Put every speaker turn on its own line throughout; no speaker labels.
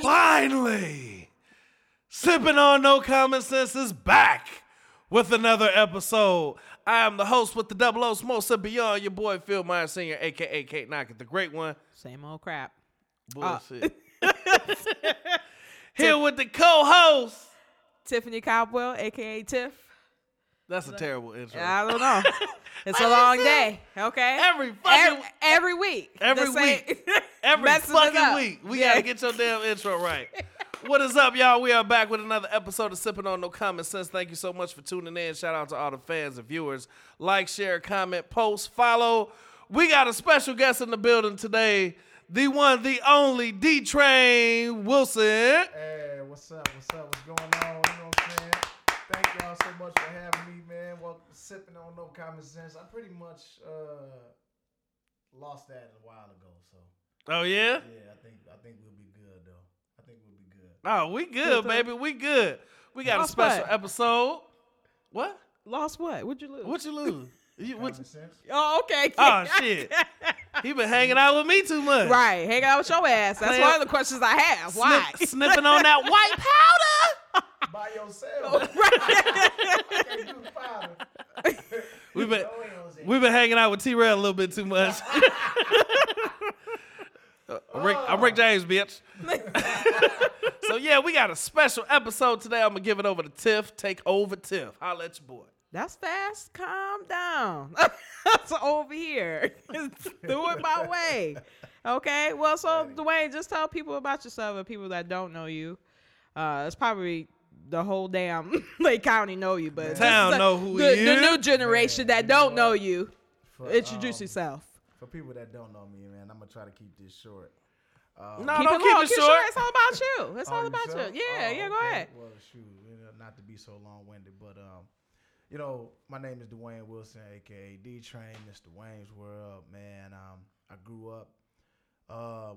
Finally, Sipping on No Common Sense is back with another episode. I am the host with the double O Smoke Sip Beyond, your boy Phil Myers Sr., aka Kate Knockett, the great one.
Same old crap.
Bullshit. Here with the co host.
Tiffany Cobwell, aka Tiff.
That's a terrible intro.
I don't know. It's a
Like I
long
said,
day. Okay.
Every
Ev-
fucking,
every, week.
every
the same-
week. every
messing it
fucking
up.
week, we
Yeah.
gotta get your damn intro right. What is up, y'all? We are back with another episode of Sipping on No Common Sense. Thank you so much for tuning in. Shout out to all the fans and viewers. Like, share, comment, post, follow. We got a special guest in the building today. The one, the only D Train Wilson.
Hey, what's up? What's up? What's going on? You know what I'm saying? Thank y'all so much for having me, man. Welcome to Sipping on No Common Sense. I pretty much uh, lost that a while ago, so
Oh yeah?
yeah, I think I think we'll be good though. I think we'll be good.
Oh, we good, baby. We good. We got a
Lost
special
what?
episode. What?
Lost what? What'd you lose?
What you lose? You, what
Common
you-
sense.
oh, okay.
Oh shit. He been hanging out with me too much.
right. Hang out with your ass. That's
Play-
one of the questions I have.
Snip-
Why?
sniffing on that white powder.
By
Oh,
yourself. I can't do the powder.
We've been
Go in, Jose.
we've been hanging out with T Red a little bit too much. I'm, Rick, I'm Rick James, bitch. so yeah, we got a special episode today. I'm gonna give it over to Tiff. Take over Tiff. Holla at your boy.
That's fast. Calm down. That's over here. Do it my way. Okay. Well, so Dwayne, just tell people about yourself and people that don't know you. Uh, it's probably the whole damn Lake County know you, but
Town
just, uh,
know who
the,
you.
the new generation that don't know you.
For,
Introduce
um,
yourself.
For people that don't know me, man, I'm gonna try to keep this short.
no,
Keep
don't
it
keep
long,
it short.
It's all about you. It's
Oh,
all
you
about
sure?
you. Yeah.
Oh,
yeah. Go
okay.
ahead.
Well, shoot, you know, not to be so long-winded, but um, you know, my name is Dwayne Wilson, aka D Train, Mr. Wayne's World. Man, um, I grew up, um,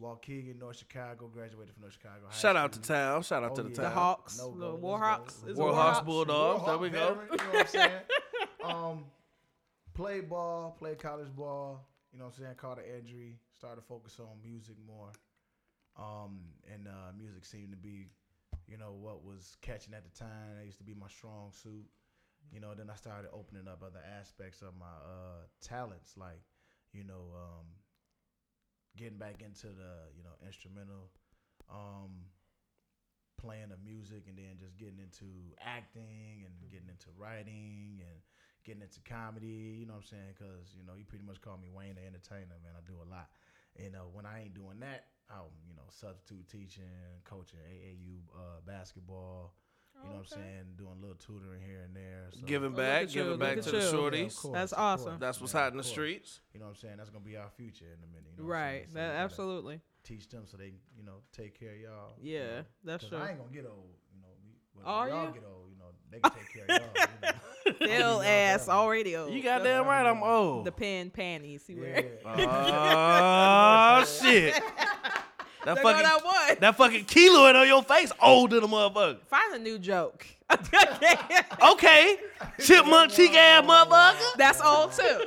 Waukegan, North Chicago. Graduated from North Chicago. High
Shout out to
School.
town. Shout out to
Oh,
the
yeah.
town.
The Hawks,
No
the
go,
Warhawks.
let's
Is it
go.
Warhawks,
Warhawks?
Bulldogs. There we go.
Veteran, you know what I'm saying? um, play ball, play college ball. You know what I'm saying? Caught an injury. Started to focus on music more. Um, and uh, music seemed to be, you know, what was catching at the time. That used to be my strong suit. You know, then I started opening up other aspects of my uh, talents, like, you know, um, getting back into the, you know, instrumental. Um, playing the music and then just getting into acting and
Mm-hmm.
getting into writing and getting into comedy. You know what I'm saying? Because you know, you pretty much call me Wayne the Entertainer, man. I do a lot. And uh, when I ain't doing that, I'm you know substitute teaching, coaching AAU uh, basketball. You know what I'm
Okay.
saying? Doing a little tutoring here and there. So.
Giving
look
back,
at you,
giving
look
back
at
to the
you. Yeah, of
shorties.
course,
That's
of
awesome.
course,
That's what's
man,
hot
of
in the
course.
streets.
You know what I'm saying? That's gonna be our future in a minute. You know what I'm saying?
Right.
So
That
we gotta
absolutely.
Teach them so they you know take care of y'all. you
Yeah.
know.
That's
'Cause
true.
I ain't gonna get old, you know. We, when
Are
y'all
you?
get old, you know, they can take care of y'all. You know.
Still
I'll be
ass
down.
already old.
You
Oh, That's
goddamn right. I'm old.
The pen panties he
Yeah. uh,
wear.
Oh shit! That
That
fucking
I want.
that fucking kilo on your face, old than a motherfucker.
Find a new joke.
Okay, chipmunk cheek ass motherfucker.
That's old too.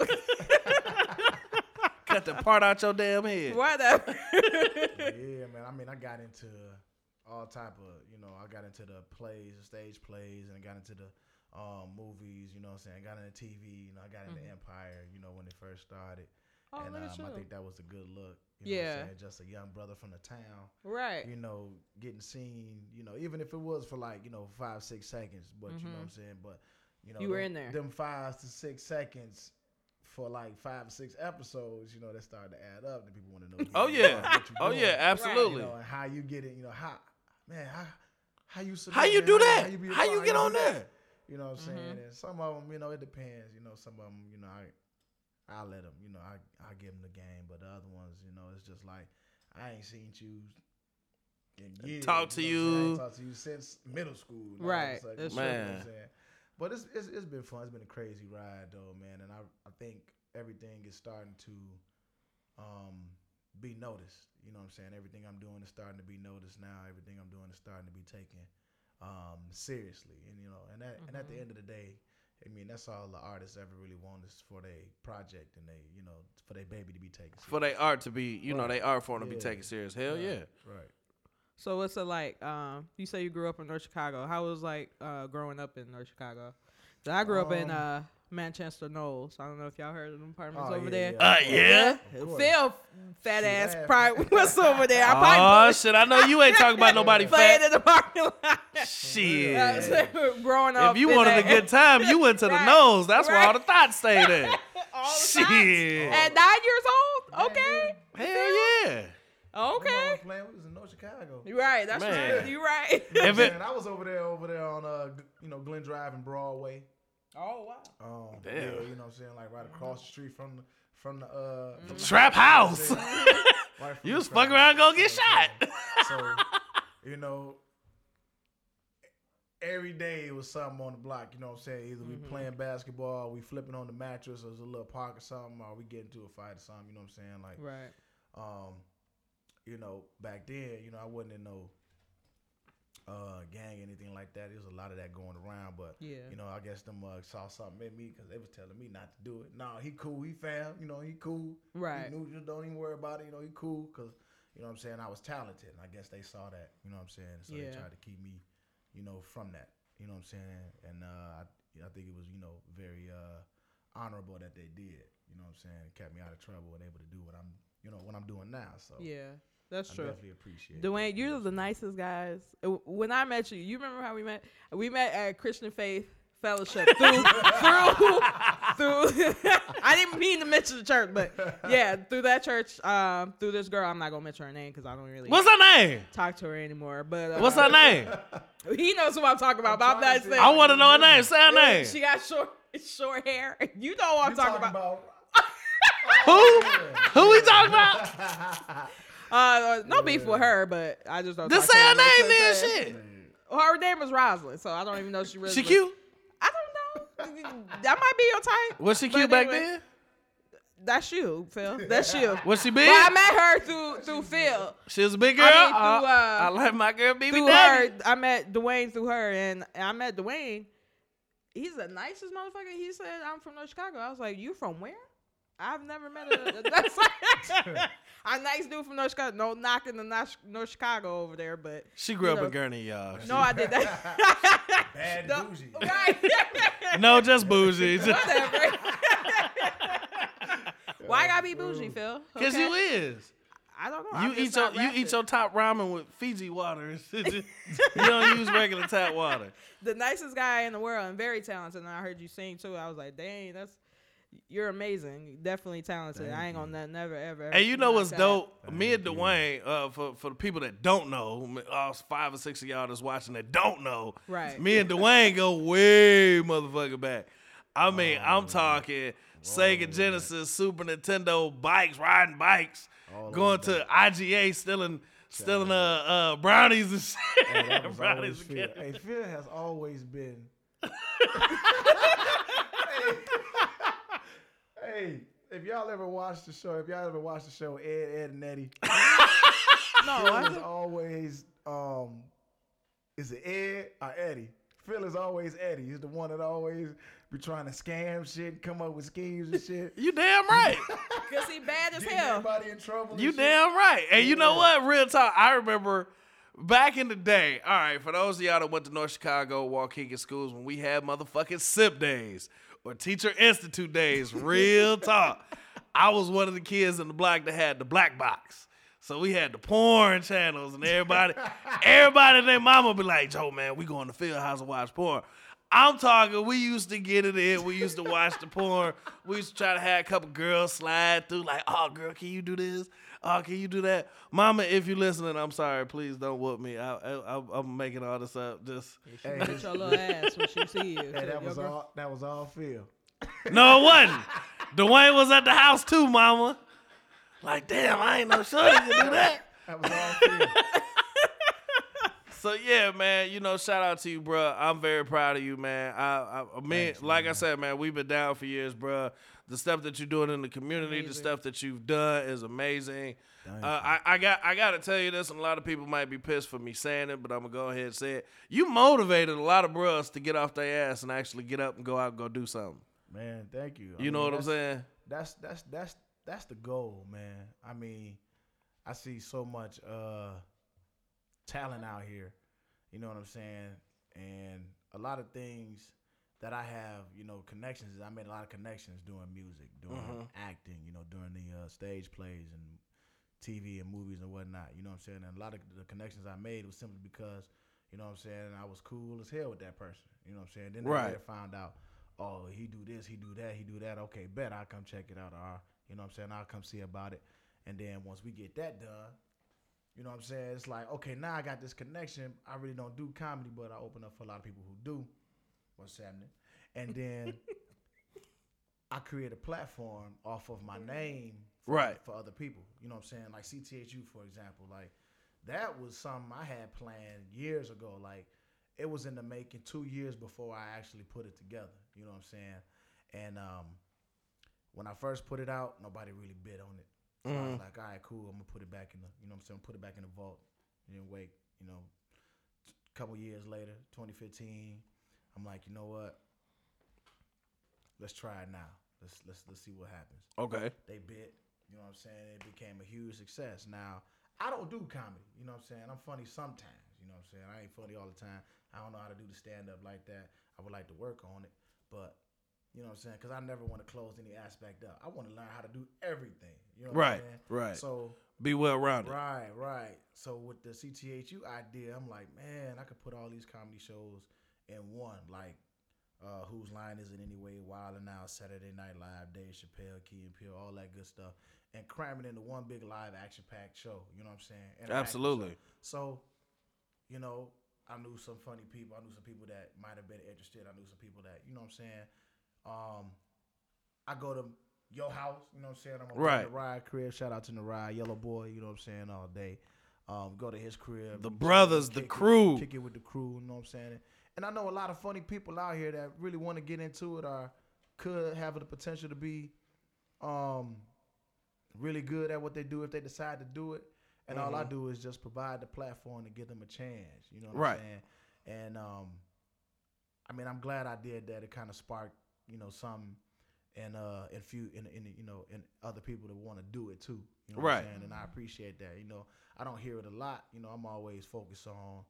Cut the part out your damn head.
Whatever.
yeah, man. I mean, I got into all type of, you know, I got into the plays, the stage plays, and I got into the um, movies. You know what I'm saying? I got into TV. You know, I got into Empire. You know, when it first started,
Mm-hmm. Oh,
and
look
um,
at
I
you.
think that was a good look. You know what
Yeah.
I'm saying? Just a young brother from the town.
Right.
you know, getting seen, you know, even if it was for like, you know, five, six seconds, but you know what I'm saying? But, you know,
Mm-hmm. You were
them-
in there.
Them five to six seconds for like five, six episodes, you know, that started to add up. And people want to know. who
Oh
you are,
yeah.
what you
Oh
doing,
yeah. Absolutely.
You know, and how you get it, you know, how, man, how, how you submit,
How you
man,
do that?
be a
How
part,
you get
do
on
that?
there?
You know what I'm
Mm-hmm.
saying? And some of them, you know, it depends. You know, some of them, you know, I, I let them, you know, I, I give them the game, but the other ones, you know, it's just like I ain't seen you in years.
talked to
know what I'm saying? I
you.
ain't talked to you since middle school. dog.
Right,
It's like,
that's
you know
true.
what I'm
Man.
saying? But it's, it's it's been fun. It's been a crazy ride though, man. And I I think everything is starting to um be noticed. You know what I'm saying? Everything I'm doing is starting to be noticed now. Everything I'm doing is starting to be taken um seriously. And you know, and that and at the
Mhm.
end of the day, I mean that's all the artists ever really want is for their project and they you know for their baby to be taken
For they art to be, you know, they
Right.
art form to be
Yeah.
taken serious. Hell
Right,
yeah.
Right.
So what's it like? Um, you say you grew up in North Chicago. How was like uh, growing up in North Chicago? 'Cause I grew up in
Um,
uh, Manchester Knowles. I don't know if y'all heard of them apartments
Oh,
over
yeah,
there.
yeah. Uh,
yeah?
Of course.
Phil, fat
She
ass,
laughing.
probably what's over there. I
Oh
probably
shit! I know you ain't talking about nobody
playing
fat.
in the parking lot.
Shit.
Uh, so growing up,
If you
in
wanted a
that-
good time, you went to the
Right,
nose. That's where all
right.
the thoughts stayed at.
all the
Shit.
time. at nine years old,
Man,
okay,
Hell yeah.
You know,
okay,
I'm playing. We was in North Chicago.
you're right. That's
Man.
right. You're right.
If it,
Man, I was over there, over there on uh, g- you know, Glen Drive and Broadway.
oh wow.
Um,
Damn.
Yeah, you know what I'm saying, like right across the street from the from the uh, from the-
trap house.
right from
you
the
was
trap
fucking around,
house.
gonna get
So,
shot.
yeah. So, you know, every day it was something on the block. You know what I'm saying? Either we playing basketball, we flipping on the mattress, or there's a little park or something, or we getting to a fight or something. You know what I'm saying? Like,
Right.
um, you know, back then, you know, I wasn't in no uh, gang, anything like that. There was a lot of that going around, but
Yeah.
you know, I guess them uh, saw something in me because they was telling me not to do it. No, he cool, he fam, you know, he cool,
Right.
He knew, just don't even worry about it, you know, he cool because you know what I'm saying. I was talented, and I guess they saw that, you know what I'm saying. So
Yeah.
they tried to keep me, you know, from that, you know what I'm saying. And uh, I, I think it was, you know, very uh, honorable that they did, you know what I'm saying, kept me out of trouble and able to do what I'm, you know, what I'm doing now. So
Yeah. That's
I
true.
definitely appreciate.
Dwayne,
that,
you're
know
the
what I'm
nicest guys. Uh, When I met you, you remember how we met? We met at Christian Faith Fellowship through through through. I didn't mean to mention the church, but yeah, through that church, um, through this girl. I'm not gonna mention her name because I don't really
What's her name?
talk to her anymore. But uh,
What's her name?
He knows who I'm talking about.
I'm
Bob
trying
that
to see.
I want to know her name. Say her name.
She got short short hair. You know what I'm
You
talking, about.
Who? Who we talking about?
Uh, no beef with her, but I just don't.
Just
talk
say
to
her
anymore.
name then. Shit.
Her name is Rosalind, so I don't even know if she really.
She
was-
cute?
I don't know. that might be your type.
Was she
But
cute back
anyway,
then?
That's you, Phil. That's you. but
Was she big?
I met her through through Phil.
She was a big girl.
mean, through,
Uh,
uh,
I like my girl BB
Through
Daddy.
her, I met Dwayne through her, and I met Dwayne. He's the nicest motherfucker. He said, "I'm from North Chicago." I was like, "You from where?" I've never met a, that's like, a nice dude from North Chicago. No knocking the North North Chicago over there, but
She grew up
you
in
know.
Gurney, y'all.
no, I did that.
Bad
No,
bougie.
right.
No, just bougie. Just,
Whatever. Why I gotta be bougie, Phil?
Cause
Okay?
you is.
I don't know.
You
I'm just
eat your
not
you eat
ratchet.
your top ramen with Fiji water. and shit. you don't use regular tap water.
the nicest guy in the world and very talented. And I heard you sing too. I was like, dang, that's you're amazing. Definitely talented. I ain't gonna ne- never ever. ever
And you
be
know
like
what's
that.
dope? Me and Dwayne, uh, for for the people that don't know, all five or six of y'all that's watching that don't know,
Right.
Me and Dwayne go way motherfucking back. I mean, I'm talking Sega Genesis, Super Nintendo bikes, riding bikes,
All
going
the way
to IGA, stealing stealing uh, uh brownies and shit.
Hey, that was always
brownies and
Phil.
candy.
Hey, Phil has always been. hey, hey, if y'all ever watched the show, if y'all ever watched the show Ed, Ed, and Eddie,
No,
Phil
I
is always um, is it Ed or Eddie? Phil is always Eddie. He's the one that always be trying to scam shit, come up with schemes and shit.
You damn right.
because he bad as
Getting
hell.
everybody in trouble. and
You
shit.
damn right. And you know
Yeah.
what? Real talk. I remember back in the day. All right, for those of y'all that went to North Chicago Waukegan schools when we had motherfucking SIP days or Teacher Institute days. Real talk. I was one of the kids in the block that had the black box. So we had the porn channels and everybody, everybody and their mama be like, Joe, man, we going to field house and watch porn. I'm talking, we used to get it in. We used to watch the porn. We used to try to have a couple girls slide through, like, oh, girl, can you do this? Oh, can you do that? Mama, if you listening, I'm sorry. Please don't whoop me. I, I, I'm- I'm making all this up. Just
Hey,
Hit your little ass when she see you.
hey, that
Your
was
girl-
all. That was all Phil.
No, it wasn't. Dwayne was at the house too, mama. Like, damn, I ain't no sure you could do that.
That was all Phil.
So yeah, man. You know, shout out to you, bruh. I'm very proud of you, man. I, I, I mean,
Thanks,
like I
man.
said, man, we've been down for years, bruh. The stuff that you're doing in the community, the
Amazing.
stuff that you've done is amazing.
Thank
Uh, I, I got, I got to tell you this, and a lot of people might be pissed for me saying it, but I'm gonna go ahead and say it. You motivated a lot of bruhs to get off their ass and actually get up and go out and go do something.
man. Thank you. I
You know
mean,
what I'm
that's-
saying?
That's that's that's that's the goal, man. I mean, I see so much uh talent out here. You know what I'm saying? And a lot of things that I have, you know, connections. I made a lot of connections doing music, doing
Mhm.
acting, you know, doing the uh, stage plays and TV and movies and whatnot. You know what I'm saying? And a lot of the connections I made was simply because, you know what I'm saying, I was cool as hell with that person. You know what I'm saying? Then
Right.
I later found out, oh, he do this, he do that, he do that. Okay, bet I'll come check it out. Or, you know what I'm saying? I'll come see about it. And then once we get that done, you know what I'm saying? It's like, okay, now I got this connection. I really don't do comedy, but I open up for a lot of people who do. What's happening? And then I create a platform off of my name for,
Right.
for other people. You know what I'm saying? Like CTHU, for example. Like, that was something I had planned years ago. Like, it was in the making two years before I actually put it together. You know what I'm saying? And um, when I first put it out, nobody really bid on it. So I was like, all right, cool. I'm gonna put it back in the, you know what I'm saying? Put it back in the vault. And then wait, you know, a couple years later, 2015, I'm like, you know what? Let's try it now. Let's let's let's see what happens.
Okay.
They bit, you know what I'm saying? It became a huge success. Now, I don't do comedy, you know what I'm saying? I'm funny sometimes, you know what I'm saying? I ain't funny all the time. I don't know how to do the stand up like that. I would like to work on it, but you know what I'm saying? Because I never want to close any aspect up. I want to learn how to do everything, you know what
Right.
I'm saying?
Right.
So
Be well rounded.
Right, right. So with the CTHU idea, I'm like, man, I could put all these comedy shows in one. Like, uh, whose line is it anyway? Wild and Out, Saturday Night Live, Dave Chappelle, Key and Peele, all that good stuff, and cram it into one big live action packed show. You know what I'm saying? And an action
Absolutely.
show. So, you know, I knew some funny people. I knew some people that might have been interested. I knew some people that, you know what I'm saying? Um, I go to your house, you know what I'm saying? I'm
Right.
the ride crib. Shout out to the ride, yellow boy, you know what I'm saying, all day. Um, go to his crib.
The
Kick it-
brothers, the
kick it-
crew.
Kick it with the crew, you know what I'm saying? And I know a lot of funny people out here that really want to get into it or could have the potential to be um really good at what they do if they decide to do it. And all I do is just provide the platform to give them a chance. You know what
Right.
I'm saying? And um, I mean, I'm glad I did that. It kind of sparked, you know, some and uh, and few and, and you know, and other people that want to do it too. You know what I'm
Right.
saying? And I appreciate that. You know, I don't hear it a lot. You know, I'm always focused on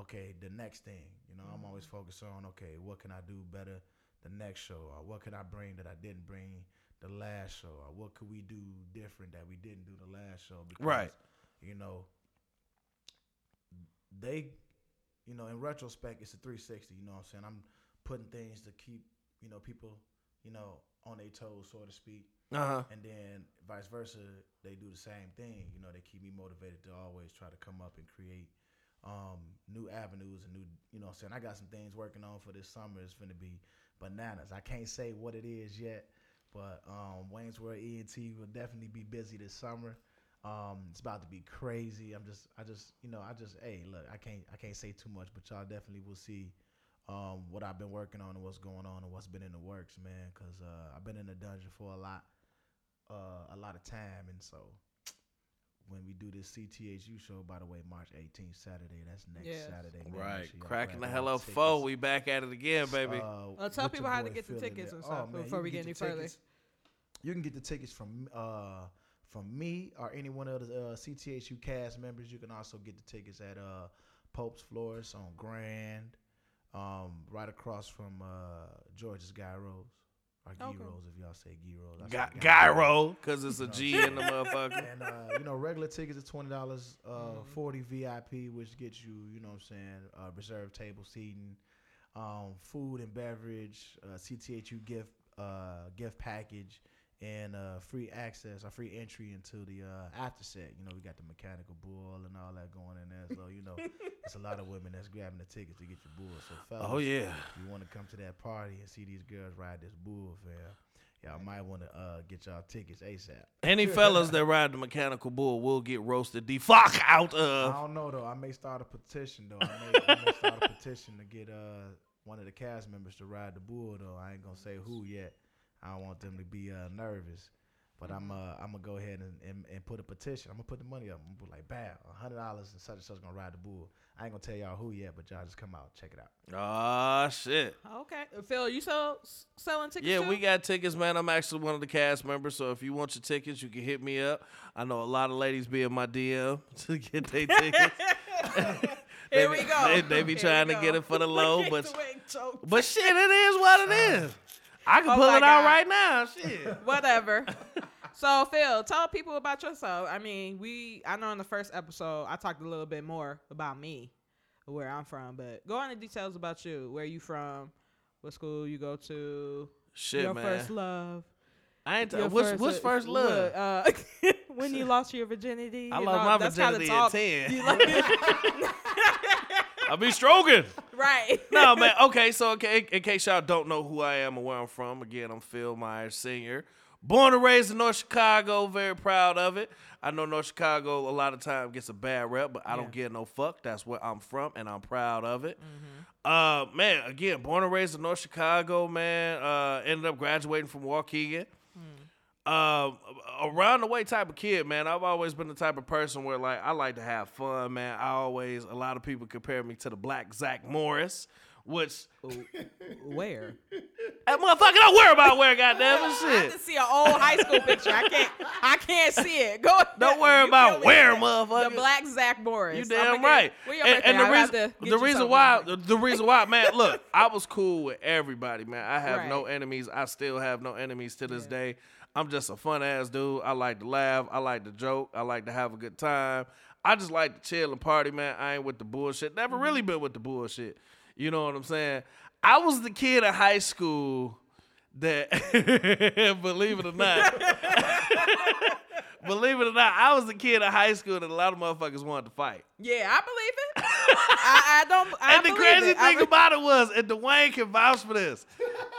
okay, the next thing. You know, I'm always focused on okay, what can I do better the next show, or what can I bring that I didn't bring the last show, or what could we do different that we didn't do the last show? Because,
Right.
You know, they, you know, in retrospect, it's a 360. You know what I'm saying? I'm putting things to keep you know people, you know, on their toes, so to speak
Uh huh.
and then vice versa they do the same thing you know they keep me motivated to always try to come up and create um, new avenues and new you know what i'm saying i got some things working on for this summer it's gonna be bananas i can't say what it is yet but um, wayne's world ent will definitely be busy this summer um, it's about to be crazy i'm just i just you know i just hey look i can't i can't say too much but y'all definitely will see um, what I've been working on and what's going on and what's been in the works, man. Cause uh, I've been in the dungeon for a lot, uh, a lot of time, and so when we do this CTHU show, by the way, March 18th, Saturday, that's next
Yes.
Saturday. man. Make
Right.
sure y'all
Cracking
grab
the
y'all
hello
tickets.
foe. We back at it again, baby.
Uh,
Well, tell
with
people
your
how to
boy
get the
Phil in
tickets
there.
and stuff
man,
before
you
we
can
get
your
any further.
tickets- You can get the tickets from uh from me or any one of the uh, CTHU cast members. You can also get the tickets at uh Pope's Florist on Grand, um right across from uh George's Guy Rose or Guy
Okay.
Rose if y'all say Guy Rose. I
Gy-
say Guy Rose.
gyro, cause it's a G in the motherfucker.
And uh, you know, regular tickets are twenty dollars, uh,
Mm-hmm.
forty VIP, which gets you, you know, what I'm saying, uh, reserved table seating, um, food and beverage, uh, CTHU gift uh, gift package, and uh, free access or free entry into the uh, after set. You know, we got the mechanical bull and all that going in there, so you know, it's a lot of women that's grabbing the tickets to get your bull. So fellas,
Oh yeah.
you want to come to that party and see these girls ride this bull, fam. y'all might want to uh, get y'all tickets ASAP.
Any fellas that ride the mechanical bull will get roasted the fuck out
I
of.
don't know though. I may start a petition though. I may, I may start a petition to get uh one of the cast members to ride the bull though. I ain't gonna say who yet. I don't want them to be uh, nervous. But I'm uh I'm gonna go ahead and, and, and put a petition. I'm gonna put the money up. I'm gonna be like, bam, hundred dollars and such and such gonna ride the bull. I ain't gonna tell y'all who yet, but y'all just come out, check it out.
Ah shit.
Okay, Phil, you sell s- selling tickets?
Yeah,
too?
we got tickets, man. I'm actually one of the cast members, so if you want your tickets, you can hit me up. I know a lot of ladies be in my DM to get their tickets.
Here
they
we
be-
go.
they- they be
Here we
trying to get
go.
it for the low,
Get
but-
the wig choked.
But shit, it is what it is. I can
Oh
pull
my
it out
God.
right now. Shit.
whatever. so Phil, tell people about yourself. I mean, we I know in the first episode I talked a little bit more about me, where I'm from, but go into details about you, where you from, what school you go to,
Shit,
your
man.
first love.
I ain't.
your
what's what's first love?
Uh, when you lost your virginity.
I
you
lost
know,
my
that's kinda
virginity
talk-
at ten.
You like-
I be stroking.
right.
no, man. Okay, so okay, in- in case y'all don't know who I am or where I'm from, again, I'm Phil Myers Sr. Born and raised in North Chicago, very proud of it. I know North Chicago a lot of time gets a bad rep, but I don't give no fuck. That's where I'm from, and I'm proud of it. Uh, man, again, born and raised in North Chicago, man. Uh, ended up graduating from Waukegan um, around the way type of kid, man. I've always been the type of person where like I like to have fun, man. I always a lot of people compare me to the black Zach Morris, which
Where?
that motherfucker don't worry about where goddamn it,
I can
shit.
see an old high school picture. I can't. I can't see it. Go.
Don't worry
you feel
about
me?
where,
The
motherfucker.
black Zach Morris.
You
I'ma
damn
get-
right.
Where your
And,
birthday?
and the
I'll have
reason,
to get
the
you
reason
something.
why, the, the reason why, man, look, I was cool with everybody, man. I have no
Right.
enemies. I still have no enemies to this
Yeah.
day. I'm just a fun ass dude. I like to laugh. I like to joke. I like to have a good time. I just like to chill and party, man. I ain't with the bullshit. Never really
Mm-hmm.
been with the bullshit. You know what I'm saying? I was the kid in high school that, believe it or not, believe it or not, I was the kid in high school that a lot of motherfuckers wanted to fight.
Yeah, I believe it. I, I don't. I
And the
believe
crazy
it. I
thing
re-
about it was, and Dwayne can vouch for this.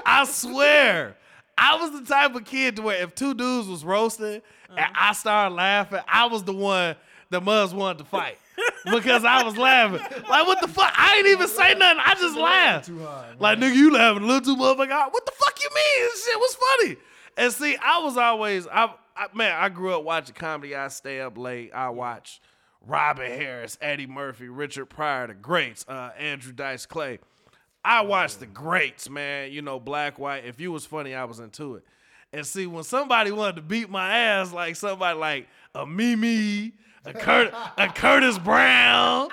I swear, I was the type of kid to where if two dudes was roasting and
Uh-huh.
I started laughing, I was the one the muzz wanted to fight because I was laughing. Like, what the fuck? I ain't even say nothing. I just laughed.
Too hard.
Like, nigga, you laughing a little too motherfucking hard. What the fuck you mean? This shit was funny. And see, I was always, I, I man, I grew up watching comedy. I stay up late. I watch Robin Harris, Eddie Murphy, Richard Pryor, the greats, uh, Andrew Dice Clay. I watched the greats, man. You know, black, white. If you was funny, I was into it. And see, when somebody wanted to beat my ass, like somebody like a Mimi, a, Cur- a Curtis Brown,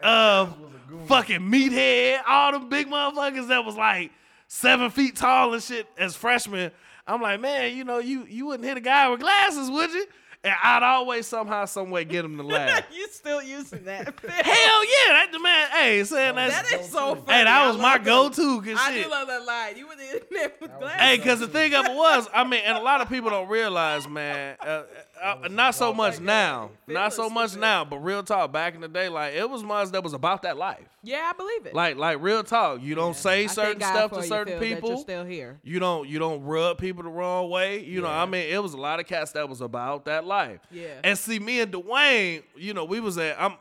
um,
was a goon.
fucking meathead, all them big motherfuckers that was like seven feet tall and shit as freshmen. I'm like, man, you know, you you wouldn't hit a guy with glasses, would you? And I'd always somehow, some way get him to laugh.
you still using that?
Hell yeah, that the man. Hey, saying that's
that is so funny.
hey, that was
I
my
love
go-to. Cause
I
shit.
do love that line. You were in there with
was-
glasses.
Hey, because the thing of it was, I mean, and a lot of people don't realize, man, uh, uh, uh, not so much now, not so much now, but real talk, back in the day, like, it was months that was about that life.
yeah, I believe it.
Like, like real talk, you don't say
I
certain
thank God
stuff
for
to
you,
certain
Phil, that
people.
You're still here.
You don't you don't rub people the wrong way. You know, I mean, it was a lot of cats that was about that life.
Yeah.
And see, me and Dwayne, you know, we was at I'm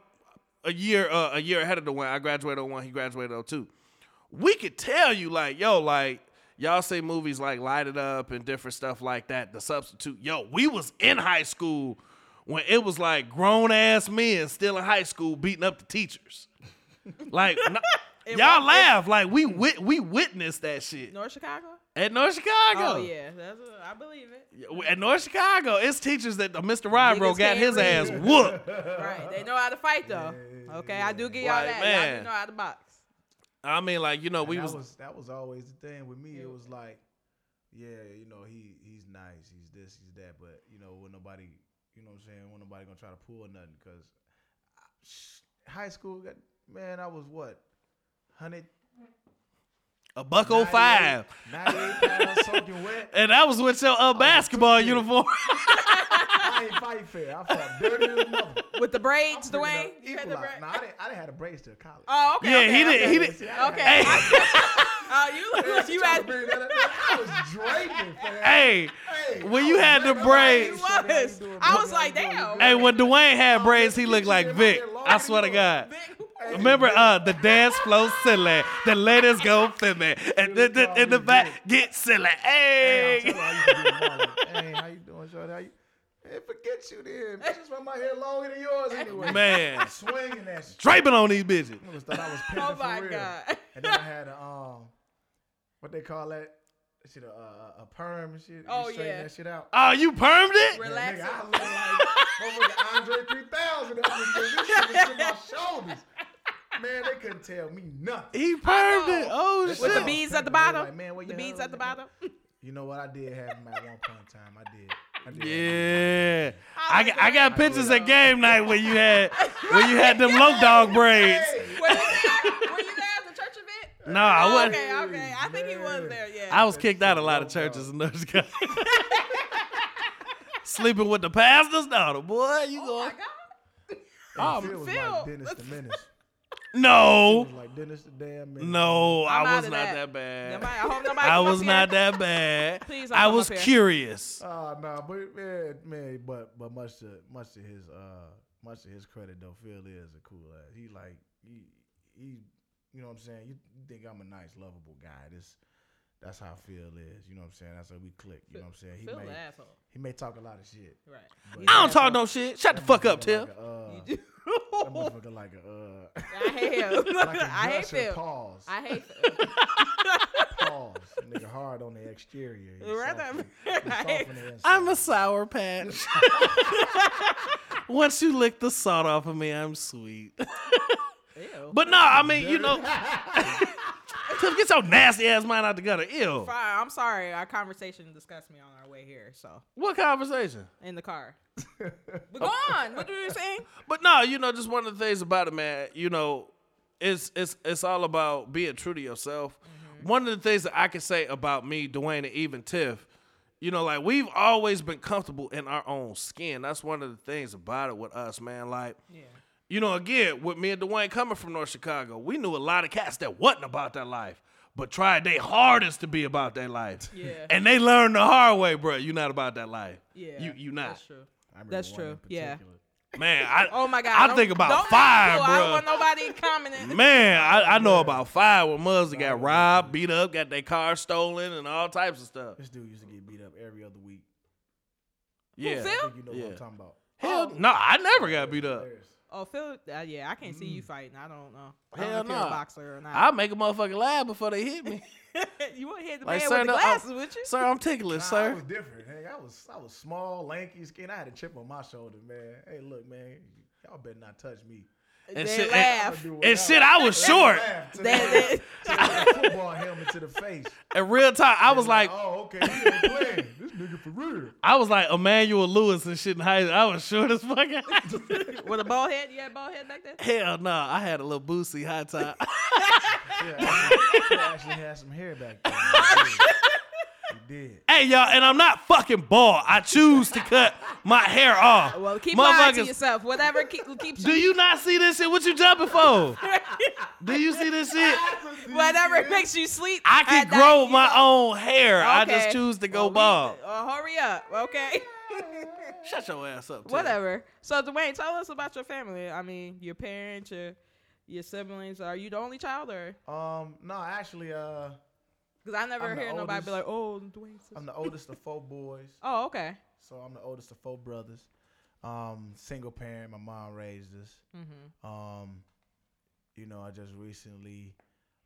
a year uh, a year ahead of Dwayne. I graduated on one, he graduated on two. We could tell you like, yo, like y'all see movies like Light It Up and different stuff like that. The Substitute, yo, we was in high school when it was like grown ass men still in high school beating up the teachers. like, n- y'all
wa-
laugh like we wit- we witnessed that shit.
North Chicago.
At North Chicago.
Oh yeah, that's a, I believe it.
At North Chicago, it's teachers that uh, Mr. Rybro
Niggas
got
can't
his
read.
ass whooped.
Right, they know how to fight though. Okay, I do get y'all
Like,
that. Y'all
man.
do know how to box.
I mean, like, you know, we
And
was,
that was that was always the thing with me.
Yeah.
It was like, yeah, you know, he he's nice, he's this, he's that, but you know, when nobody, you know, what I'm saying, when nobody gonna try to pull nothing, cause I- high school, got, man, I was what, hundred
a buck 05.
98 pounds soaking wet.
And that was with your uh, basketball uniform.
I ain't fight fair. I fought dirty as a mother.
With the braids,
Freaking
Dwayne.
up
You had the
equal out.
braids.
Nah, I didn't, I didn't have the braids till college.
Oh, okay.
yeah,
okay,
he
okay.
didn't. He didn't.
See, I
Okay.
had-
Hey.
Oh, you look you
Trying
had
to bring that up. I was draping, fam.
Hey,
Hey,
when you had the braids,
was. I was like, damn.
hey, when Dwayne had
Oh,
braids, he looked like Vic. I swear to God. Remember, uh, the dance flow silly, the ladies go filmy, and the, the, in the back get silly.
Hey,
Hey,
how you doing, Shorty? How you? Hey, forget you then. Bitches from my hair longer than yours anyway.
man,
Swinging that shit.
draping on these bitches.
I thought I was pimping
Oh my
for real.
god.
And then I had a, um, what they call that? Shit, a, a, a perm and shit. You
Oh,
straighten
yeah.
that shit out.
Oh, you permed it?
Yeah,
Relax.
Nigga, I look like motherfucking Andre 3000. That was this shit was in my shoulders. Man, they couldn't tell me nothing.
He permed it. Oh
With
shit.
With the
Yeah.
beads at the
They were
bottom.
like, man, where
the
your
beads
hair
at the
was at?
bottom.
You know what? I did have them at one point in time. I did. I did.
Yeah, I, got- I got
I
pictures
did.
at game night when you had when you had them low dog braids.
Hey,
Were you, there? Were you there at the church event?
No, I
Oh,
wasn't.
okay, okay. I think he was
Man.
there. Yeah.
I was kicked out of a lot of churches in those guys. Sleeping with the pastor's daughter, boy. You
oh my
going?
god.
and Phil was
Phil.
like Dennis the Menace. He
No,
was like Dennis the damn Menace.
no, I
I'm
was
outta
not
that.
that bad.
Nobody, I hope nobody.
I
come up
was
here.
not that bad.
Please don't
I
come up
was
here.
curious.
Oh no, but man, man, but but much to much to his uh much to his credit though, Phil is a cool ass. He like he he you know what I'm saying? You think I'm a nice, lovable guy. This that's how Phil is, you know what I'm saying? That's how we click, you know what I'm saying? He
Phil's an
may
asshole.
he may talk a lot of shit.
Right.
But
I don't talk no shit. Shut the
that
fuck up,
motherfucker
Tim.
Like a, uh, that
I
motherfucker like a uh
hate him.
like a
I hate
dresser.
Phil.
Pause.
I hate Phil.
Pause. Nigga hard on the exterior. He
Right
soften-
there.
he soften the
I'm a
inside.
sour patch. Once you lick the salt off of me, I'm sweet.
Ew.
But no, I mean, you know, Tiff, get your nasty ass mind out the gutter. Ew.
Fine, I'm sorry. Our conversation discussed me on our way here. So
What conversation?
in the car. but go on. What were you saying?
But no, you know, just one of the things about it, man. You know, it's it's it's all about being true to yourself. One of the things that I can say about me, Dwayne, and even Tiff, you know, like we've always been comfortable in our own skin. That's one of the things about it with us, man. Like,
Yeah.
you know, again, with me and Dwayne coming from North Chicago, we knew a lot of cats that wasn't about that life, but tried their hardest to be about that life.
Yeah.
And they learned the hard way, bro. You're not about that life.
Yeah.
You you not.
That's true.
I remember
That's
one in
true, yeah.
particular.
Man, I
Oh my
I
god.
think about
don't
five,
do I don't want
bruh.
nobody commenting.
Man, I, I know about five where muzz that got robbed, beat up, got their car stolen, and all types of stuff.
This dude used to get beat up every other week.
Yeah.
Phil?
I think you know what
Yeah.
I'm talking about.
Hell no, I never got beat up.
Hilarious.
Oh, Phil. Uh, yeah, I can't see you fighting. I don't know. I
Mm. Hell
don't know if you're
nah.
a boxer or not.
I'll make a motherfucking laugh before they hit me.
you won't hit the
Like,
man
sir,
with the
no, I-
glasses, would you?
Sir, I'm ticklish,
Nah, I
sir.
was different. Hey, I was I was small, lanky, skinny. I had a chip on my shoulder, man. Hey, look, man, y'all better not touch me.
And
they
shit- and-
I'ma
laugh.
do what
And shit, I was short.
Laugh to
They-
the-
they-
to the football helmet to the face.
In real time, I was like,
oh, okay, he ain't playing. This nigga for real.
I was like Emmanuel Lewis and shit in high I was short as fuck.
with a bald head. You had a bald head back then.
Hell no, I had a little boosie high top.
Yeah, I actually- I actually had some hair back then. He did. He did.
hey y'all, and I'm not fucking bald. I choose to cut my hair off.
Well, keep lying to
Motherfuckers-
yourself. Whatever keep, keeps
Do
you.
you not see this shit? What you jumping for? Do you see this shit?
Whatever makes you sleep.
I
at
can
night,
grow
you
my
know?
own hair. I just
Okay.
choose to go
Well,
bald.
we- uh, hurry up, okay?
Shut your ass up. Tim.
Whatever. So Dwayne, tell us about your family. I mean, your parents, your your siblings. Are you the only child, or
Um, no, actually, uh,
because I never
I'm the
hear nobody be
oldest.
like, "Oh, Dwayne's." sister."
I'm the oldest of four boys.
Oh, okay.
So I'm the oldest of four brothers. Um, single parent. My mom raised us.
Mm-hmm.
Um, you know, I just recently,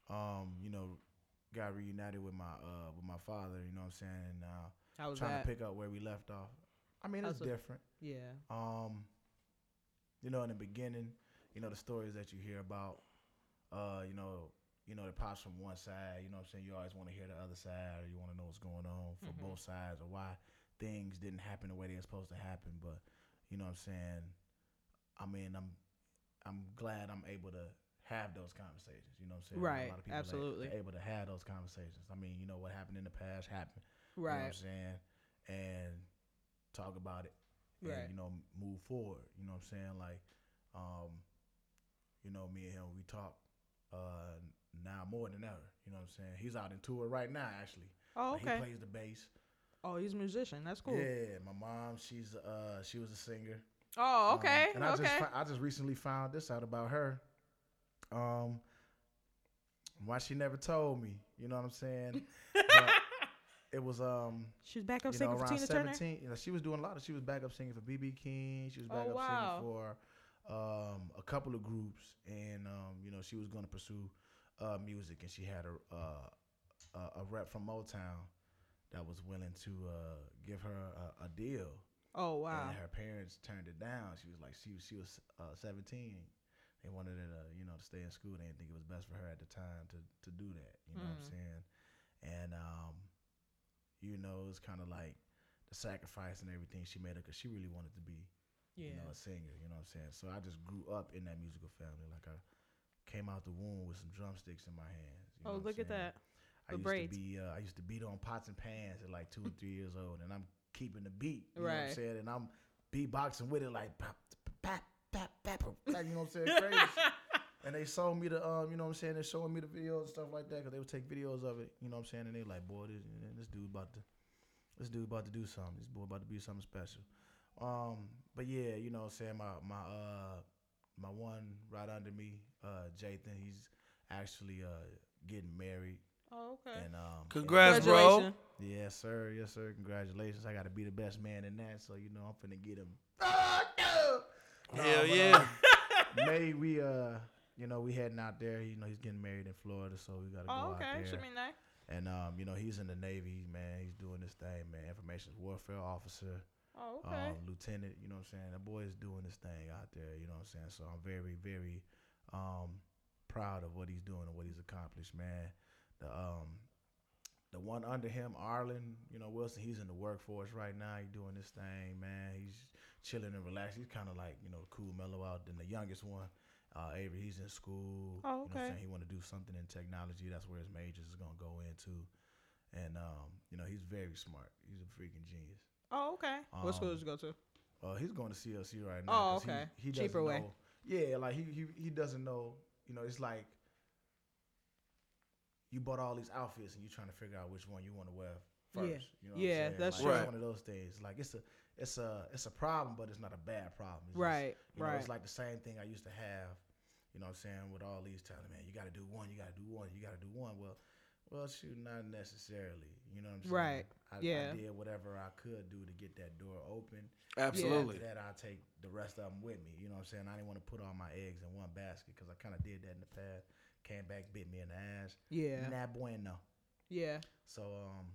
um, you know, got reunited with my uh with my father. You know what I'm saying? And uh,
How was
trying
that?
to pick up where we left off. I mean, it's
How's it-
different.
yeah.
Um, you know, in the beginning, you know, the stories that you hear about, uh, you know, you know, the pops from one side, you know what I'm saying? You always want to hear the other side or you want to know what's going on for
Mhm.
both sides or why things didn't happen the way they were supposed to happen. But, you know what I'm saying? I mean, I'm I'm glad I'm able to have those conversations. You know what I'm saying?
Right,
that are
absolutely.
able to have those conversations. I mean, you know, what happened in the past happened. You know
Right.
what I'm saying? And talk about it. And,
Right.
You know, move forward. You know what I'm saying? Like, um, you know, me and him, we talk uh, now more than ever. You You know what I'm saying? He's out in tour right now, actually.
Oh,
Like,
okay.
He plays the bass.
oh, he's a musician. That's cool.
Yeah, my mom, she's uh, she was a singer.
Oh,
Um,
okay.
and I
okay.
just fi- I just recently found this out about her. Um, why she never told me? You know what I'm saying? But it was um,
She's back up
you know,
singing for
around
Tina Turner.
17. You know, she was doing a lot. Of, she was back up singing for BB King. She was
Oh,
back up
wow.
singing for um, a couple of groups, and um, you know, she was going to pursue uh, music, and she had a, uh, a a rep from Motown that was willing to uh, give her a, a deal,
Oh wow.
and her parents turned it down. She was like, she was- she was uh, 17. They wanted her to, you know, to stay in school. They didn't think it was best for her at the time to to do that. You know what I'm
Mm.
saying? And um, you know, it's kind of like the sacrifice and everything she made because she really wanted to be,
Yeah.
you know, a singer. You know what I'm saying? So I just grew up in that musical family. Like I came out the womb with some drumsticks in my hands. you know
oh,
what I'm
look at
saying?
that.
I
The
used
braids.
to be uh, I used to beat on pots and pans at like two or three years old, and I'm keeping the beat. You know what I'm
Right.
saying? And I'm beatboxing with it like pop, pap, pap, pap, like, you know what I'm saying? Crazy. shit. and they saw me the um, you know what I'm saying? They're showing me the videos and stuff like that because they would take videos of it. You know what I'm saying? And they like, boy, this, this dude about to, this dude about to do something. This boy about to be something special. Um, but yeah, you know what I'm saying? My my uh my one right under me, uh Jathan, he's actually uh getting married
Oh, okay.
and um, and-
Congrats, bro.
Congratulations.
Yes, sir. Yes, sir. Congratulations. I got to be the best man in that, so you know I'm finna get him. No,
Hell
but,
Oh, yeah.
um, May we uh, you know, we heading out there. You know, he's getting married in Florida, so we
Oh,
gotta go out
okay.
there.
Should be nice.
and um, you know, he's in the Navy, man. He's doing this thing, man. Information warfare officer,
Oh, okay.
um, lieutenant. You know what I'm saying? The boy is doing this thing out there. You know what I'm saying? So I'm very, very um, proud of what he's doing and what he's accomplished, man. The um, the one under him, Arlen, you know Wilson, he's in the workforce right now. He's doing this thing, man. He's chilling and relaxed. He's kind of like you know cool, mellow out. Then the youngest one, uh, Avery, he's in school.
Oh,
You know what I'm
okay.
saying? He want to do something in technology. That's where his majors is gonna go into. And um, you know he's very smart. He's a freaking genius.
oh, okay. what school
um,
did you go to?
Uh, he's going to CLC right now.
Oh,
'cause he-
okay.
He, doesn't
Cheaper way.
know- Yeah, like he, he he doesn't know. You know, it's like you bought all these outfits and you're trying to figure out which one you want to wear
Yeah.
first. You know what I'm
Yeah,
saying?
that's
Like,
true.
It's one of those things. Like it's a it's a it's a problem, but it's not a bad problem. It's just,
Right.
you know,
right.
it's like the same thing I used to have. You know what I'm saying? With all these telling man, you got to do one, you got to do one, you got to do one. Well, well, shoot, not necessarily. You know what I'm saying?
Right.
I,
Yeah.
I did whatever I could do to get that door open.
Absolutely.
After that, I take the rest of them with me. You know what I'm saying? I didn't want to put all my eggs in one basket because I kind of did that in the past. Came back, bit me in the ass.
yeah.
Nah, bueno.
Yeah.
So um,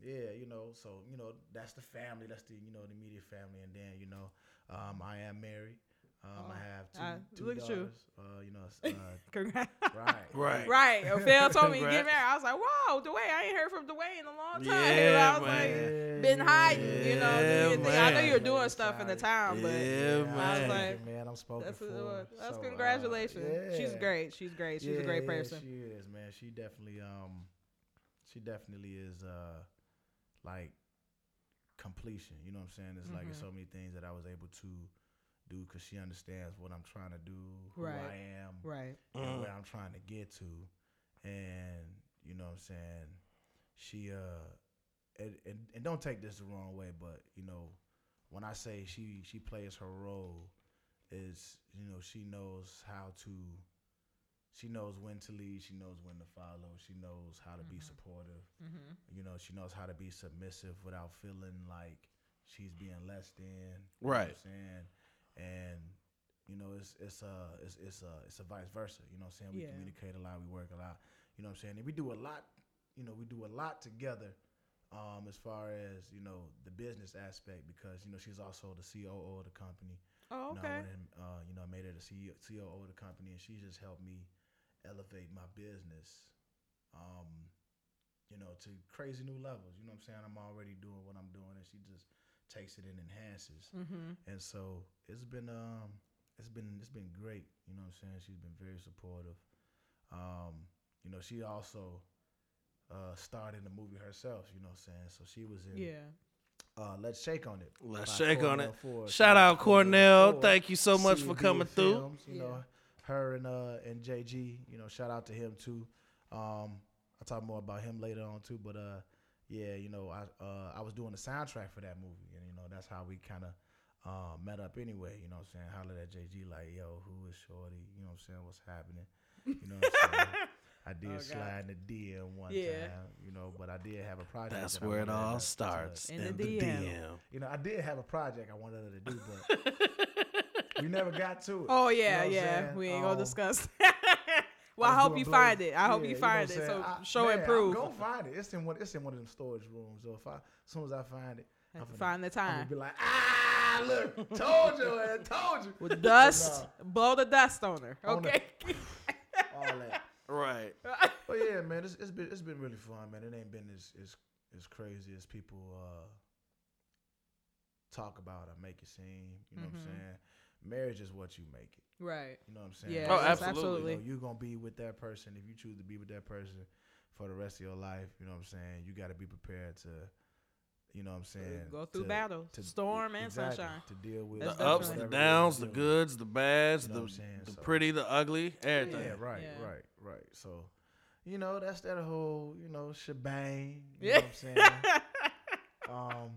yeah, you know, so you know, that's the family. That's the you know the immediate family, and then you know, um, I am married. Um,
Oh,
I have two,
I-
two
look at you.
daughters. Uh, you know, s- uh,
Congrats.
right,
Right.
Right. uh, Phil told me to
Congrats.
get married. I was like, whoa, Dwayne. I ain't heard from Dwayne in a long time.
Yeah,
I was
man.
like, been hiding, you know.
Yeah,
doing your thing. I know
man.
you're doing stuff in the town, but
Yeah,
I was
man.
like,
Thank you, man, I'm spoken
that's,
for.
what it was. that's
So, uh,
congratulations. She's
yeah.
great. She's great. She's a
Yeah,
great
yeah,
person.
She is, man. She definitely, um, she definitely is, uh, like completion. You know what I'm saying? It's like it's
Mhm.
so many things that I was able to do because she understands what I'm trying to do, who
Right.
I am,
right.
and where
Mm.
I'm trying to get to. And you know what I'm saying? She uh and, and, and don't take this the wrong way, but you know, when I say she she plays her role is you know, she knows how to she knows when to lead, she knows when to follow, she knows how to be
Mhm.
supportive.
Mm-hmm.
You know, she knows how to be submissive without feeling like she's being less than. you know what I'm
Right.
saying? And you know, it's it's a it's it's a it's a vice versa. You know what I'm saying? We
Yeah.
communicate a lot, we work a lot. You know what I'm saying? And we do a lot, you know, we do a lot together um as far as, you know, the business aspect because you know, she's also the COO of the company.
Oh,
You know, I
okay.
went and, uh, you know, I made her the CEO, COO of the company, and she just helped me elevate my business, um, you know, to crazy new levels. You know what I'm saying? I'm already doing what I'm doing, and she just takes it and enhances.
Mm-hmm.
And so it's been, um, it's been, it's been great. You know what I'm saying? She's been very supportive. Um, you know, she also uh, starred in the movie herself. You know what I'm saying? So she was in.
Yeah.
Uh, Let's shake on it.
Let's
by
shake on
Cornell
it.
Ford.
Shout out Cornell.
Ford.
Thank you so much for
CUB
coming through.
Films, you
Yeah.
know, her and uh and JG, you know, shout out to him too. Um, I'll talk more about him later on too. But uh, yeah, you know, I uh, I was doing the soundtrack for that movie, and you know, that's how we kind of uh, met up anyway. You know what I'm saying? Hollered at JG like, yo, who is Shorty? You know what I'm saying? What's happening? You know what I'm saying? I did
Oh,
slide in the DM one
Yeah.
time, you know, but I did have a project.
That's
that I
where it
wanted her
all
to-
starts
In the
in the
DM.
DM.
You know, I did have a project I wanted her to do, but we never got to it.
Oh
know
yeah,
what I'm
yeah.
saying?
We ain't
Um,
gonna discuss. well, I,
was
hope
doing
you
blows.
find it. I hope
Yeah,
you
know what I'm
find it. So
saying? I-
show
"Ah, man,
and prove.
Go find it. It's in one. It's in one of them storage rooms. So if I, as soon as I find it,
Have to
finna-
find the
I'm gonna
time.
be like, ah, look, told you, I told you.
With dust, blow the dust on her.
On the-
Okay.
all that.
Right.
But yeah, man, it's, it's been it's been really fun, man. It ain't been as as, as crazy as people uh, talk about or make it seem. You know what
Mhm.
I'm saying? Marriage is what you make it.
right.
You know what I'm saying?
Yeah.
Oh,
yes,
absolutely.
You know, you're gonna be with that person if you choose to be with that person for the rest of your life. You know what I'm saying? You got to be prepared to, you know what I'm saying?
Go through
to-
battles,
to- e-
storm and
exactly,
sunshine.
to deal with
The
That's
ups,
definitely-
the
whatever it is
downs, the
you're dealing
goods, the bads,
You know
the,
what I'm saying?
the
So-
pretty, the ugly,
with.
everything.
Yeah, right,
Yeah.
right, right. So, you know, that's that whole you know shebang. You
Yeah.
know what I'm saying? um.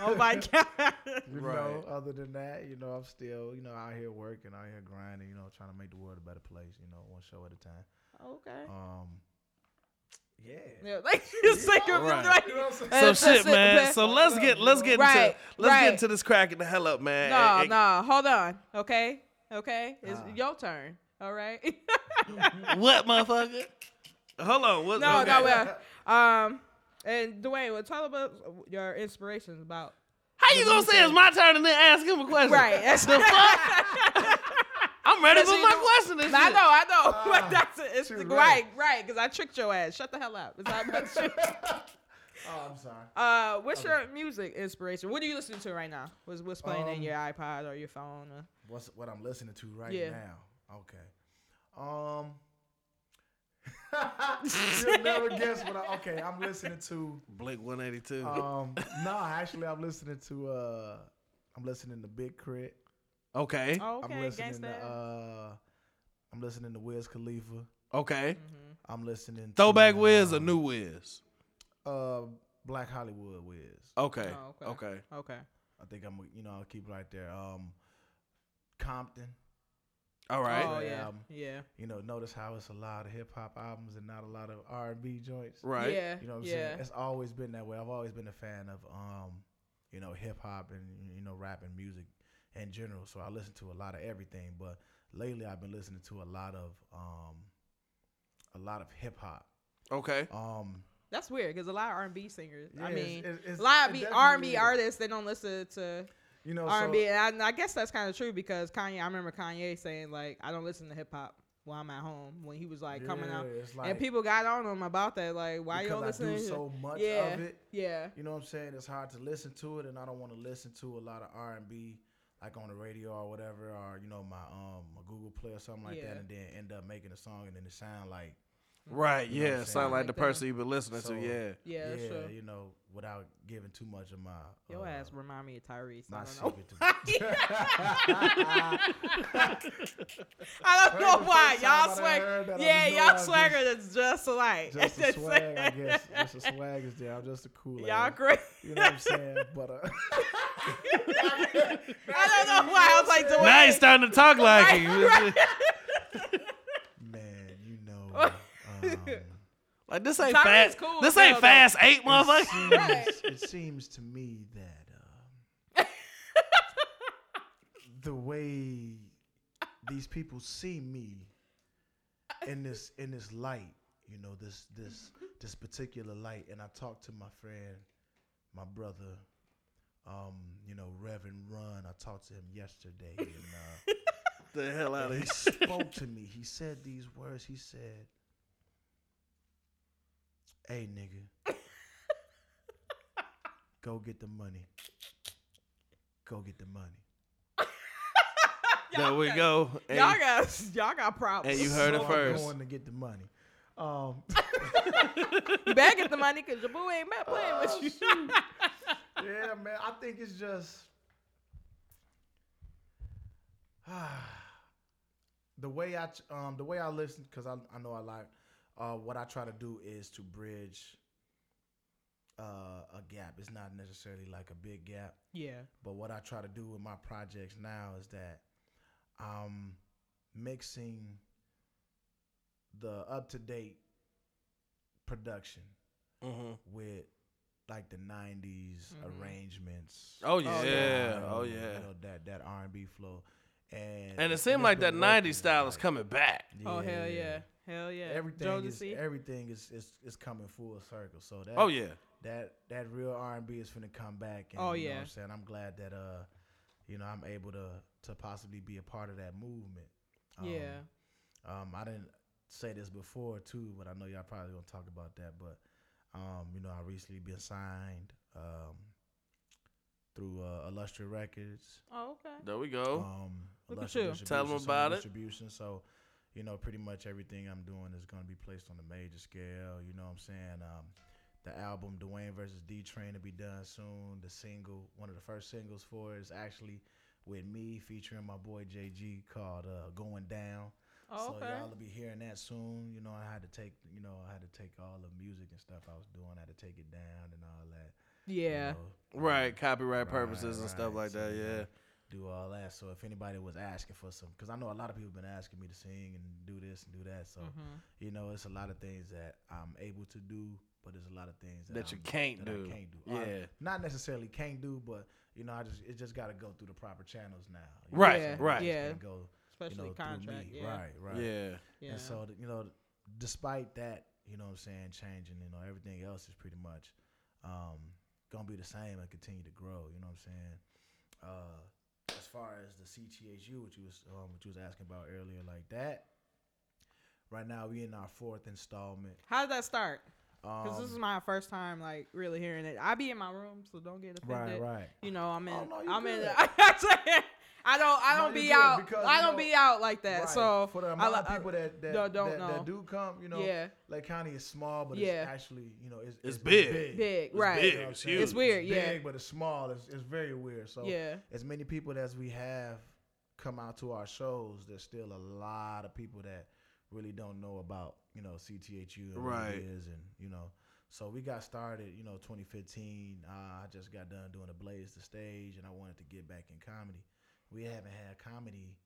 Oh my god.
You
Right.
know, other than that, you know, I'm still, you know, out here working, out here grinding, you know, trying to make the world a better place, you know, one show at a time.
okay.
Um, yeah.
Yeah, like it's like you're
Right.
like.
You know what I'm saying?
So
That's-
shit,
that's it,
man.
man.
So let's get let's get
Right,
into let's
right.
get into this cracking the hell up, man.
No,
And-
no, hold on. Okay, okay, it's
Uh.
your turn. All right.
and- What, motherfucker? Hold on. What,
no,
okay.
no, well, um, and Dwayne, well, tell about your inspirations about.
How you gonna say it's my turn and then ask him a question?
Right. That's
The fuck? I'm ready for
Because you
my
know-
question. And shit.
I know, I know.
Ah,
but that's it. It's
too
the,
late.
right, right, because I tricked your ass. Shut the hell up. It's not about you.
Oh, I'm sorry.
Uh, what's your music inspiration? What are you listening to right now? What's what's playing in
Um,
your iPod or your phone? Or,
What's what I'm listening to right
Yeah.
now? Okay. Um, you'll never guess what I. Okay, I'm listening to.
Blink 182.
Um, no, actually, I'm listening to. Uh, I'm listening to Big Crit.
okay.
oh, okay,
I'm listening
gangsta.
to. Uh, I'm listening to Wiz Khalifa.
Okay.
Mm-hmm.
I'm listening. to,
Throwback Wiz or
um,
new Wiz?
Uh, Black Hollywood Wiz.
Okay.
Oh, okay.
okay.
okay,
I think I'm. You know, I'll keep it right there. Um, Compton.
All right.
oh
Yeah,
yeah,
um,
yeah,
You know, notice how it's a lot of hip hop albums and not a lot of R and B joints.
Right.
yeah,
You know what I'm
yeah.
saying? It's always been that way. I've always been a fan of um, you know, hip hop and you know, rap and music in general. So I listen to a lot of everything, but lately I've been listening to a lot of um a lot of hip hop.
Okay.
Um
That's weird because a lot of R&B singers.
yeah,
I
it's-
mean,
it's- it's-
a lot
it
of B-
definitely
R&B
is.
artists they don't listen to
You know, so-
R&B, and I, I guess that's kind of true because Kanye. I remember Kanye saying like, "I don't listen to hip hop while I'm at home" when he was like coming out,
Yeah, it's
and
like,
people got on him about that. Like, why you
because
don't listen?
I do
to
so much
yeah,
of it.
yeah,
You know what I'm saying? It's hard to listen to it, and I don't want to listen to a lot of R and B, like on the radio or whatever, or you know my um my Google Play or something like
Yeah.
that, and then end up making a song and then it sound like
Right.
You know what
Yeah.
I'm
Sound
saying?
like the
Like that.
person you've been listening
So-
to. Yeah.
yeah, that's true.
you know, without giving too much of my
Your
uh,
ass remind me of Tyrese. I
my
don't know.
secret. To
I don't
Right, the
know why
first time
y'all
I done
swag.
heard that, I
Yeah,
just know I
y'all
was
swagger is just alike.
just the swag, I guess. Just the swag is there. I'm just a cool.
Y'all
ass.
great.
You know what I'm saying? But uh,
I don't know why I was like, Dwayne.
Now he's starting to talk like you.
man, you know. Um,
Like this ain't
Tyree's
fast.
cool
this
as
ain't
hell, though.
fast eight,
It
motherfucker.
seems, it seems to me that um, the way these people see me in this in this light, you know, this this this particular light, and I talked to my friend, my brother, um, you know, Reverend Run. I talked to him yesterday, and uh,
the hell out of
he
here.
spoke to me. He said these words. He said, "Hey, nigga, go get the money. Go get the money."
There we go. And,
Y'all got y'all got problems.
and you heard
So
it
I'm
first.
Going to get the money. Um,
You better get the money because your boo ain't been playing with you.
yeah, man. I think it's just the way I ch- um the way I listen because I I know I like uh, what I try to do is to bridge uh, a gap. It's not necessarily like a big gap,
Yeah.
but what I try to do with my projects now is that I'm mixing the up to date production
Mm-hmm.
with like the '90s
Mhm.
arrangements.
Oh
yeah.
yeah,
style,
oh
you
yeah.
know, that that R&B flow, and
And it seemed like that
been working,
'90s style is
like-
coming back.
Oh hell yeah. Hell yeah.
Everything is
Jodeci.
everything is, is is coming full circle. So that
Oh yeah,
that that real R and B is finna come back. And,
Oh,
you know
yeah.
what I'm saying I'm glad that uh, you know I'm able to to possibly be a part of that movement. Um,
yeah.
Um, I didn't say this before too, but I know y'all probably gonna talk about that. But um, you know I recently been signed um through uh, Illustrious Records.
Oh okay.
there we go.
Um,
Look
Lush
at you.
Distribution,
Tell 'em
Southern
about it.
Distribution. So, you know, pretty much everything I'm doing is going to be placed on the major scale. You know what I'm saying? Um, the album Dwayne versus D Train to be done soon. The single, one of the first singles for it is actually with me featuring my boy JG called uh, "Going Down."
Oh,
so
okay.
y'all will be hearing that soon. You know, I had to take, you know, I had to take all the music and stuff I was doing. I had to take it down and all that. you
yeah.
know.
Right, copyright
Right,
purposes and stuff
right.
like
So
that.
we
Yeah.
gotta Do all that. So if anybody was asking for some, because I know a lot of people been asking me to sing and do this and do that. So
Mhm.
you know, it's a lot of things that I'm able to do, but there's a lot of things that,
That you
I'm-
can't
that I
do.
can't do. Or
Yeah.
not necessarily can't do, but you know, I just it just got to go through the proper channels now. You know
Right,
what I'm saying?
right.
It just
Yeah.
can't Go, you
Especially
know, through
contract.
me.
Yeah.
Right, right.
Yeah.
Yeah.
And so, th- you know, despite that, you know what I'm saying, changing, you know, everything else is pretty much um, going to be the same and continue to grow, you know what I'm saying? Uh, as far as the CTHU, which you was um, what you was asking about earlier, like that. Right now, we in our fourth installment.
How did that start?
Um,
Because this is my first time like really hearing it. I be in my room, so don't get offended.
right, right.
You know, I'm in.
Oh, no, you
I'm in.
good.
I don't. I
No,
don't
you
be
good,
out.
because,
I
you
don't
know-
be out like that.
Right.
So
for the
I
amount
li-
of people
I-
that that,
don't- don't
that, that
know.
do come, you know,
yeah,
Lake County is small, but
Yeah.
it's actually, you know, it's,
It's big.
big, right?
big.
You know what I'm
It's
saying?
It's weird, yeah.
big, but it's small. It's, it's very weird. So
Yeah,
as many people as we have come out to our shows, there's still a lot of people that really don't know about, you know, CTHU and what
Right.
it is and, you know. So we got started, you know, 2015. Uh, I just got done doing the Blaze the stage and I wanted to get back in comedy. We haven't had comedy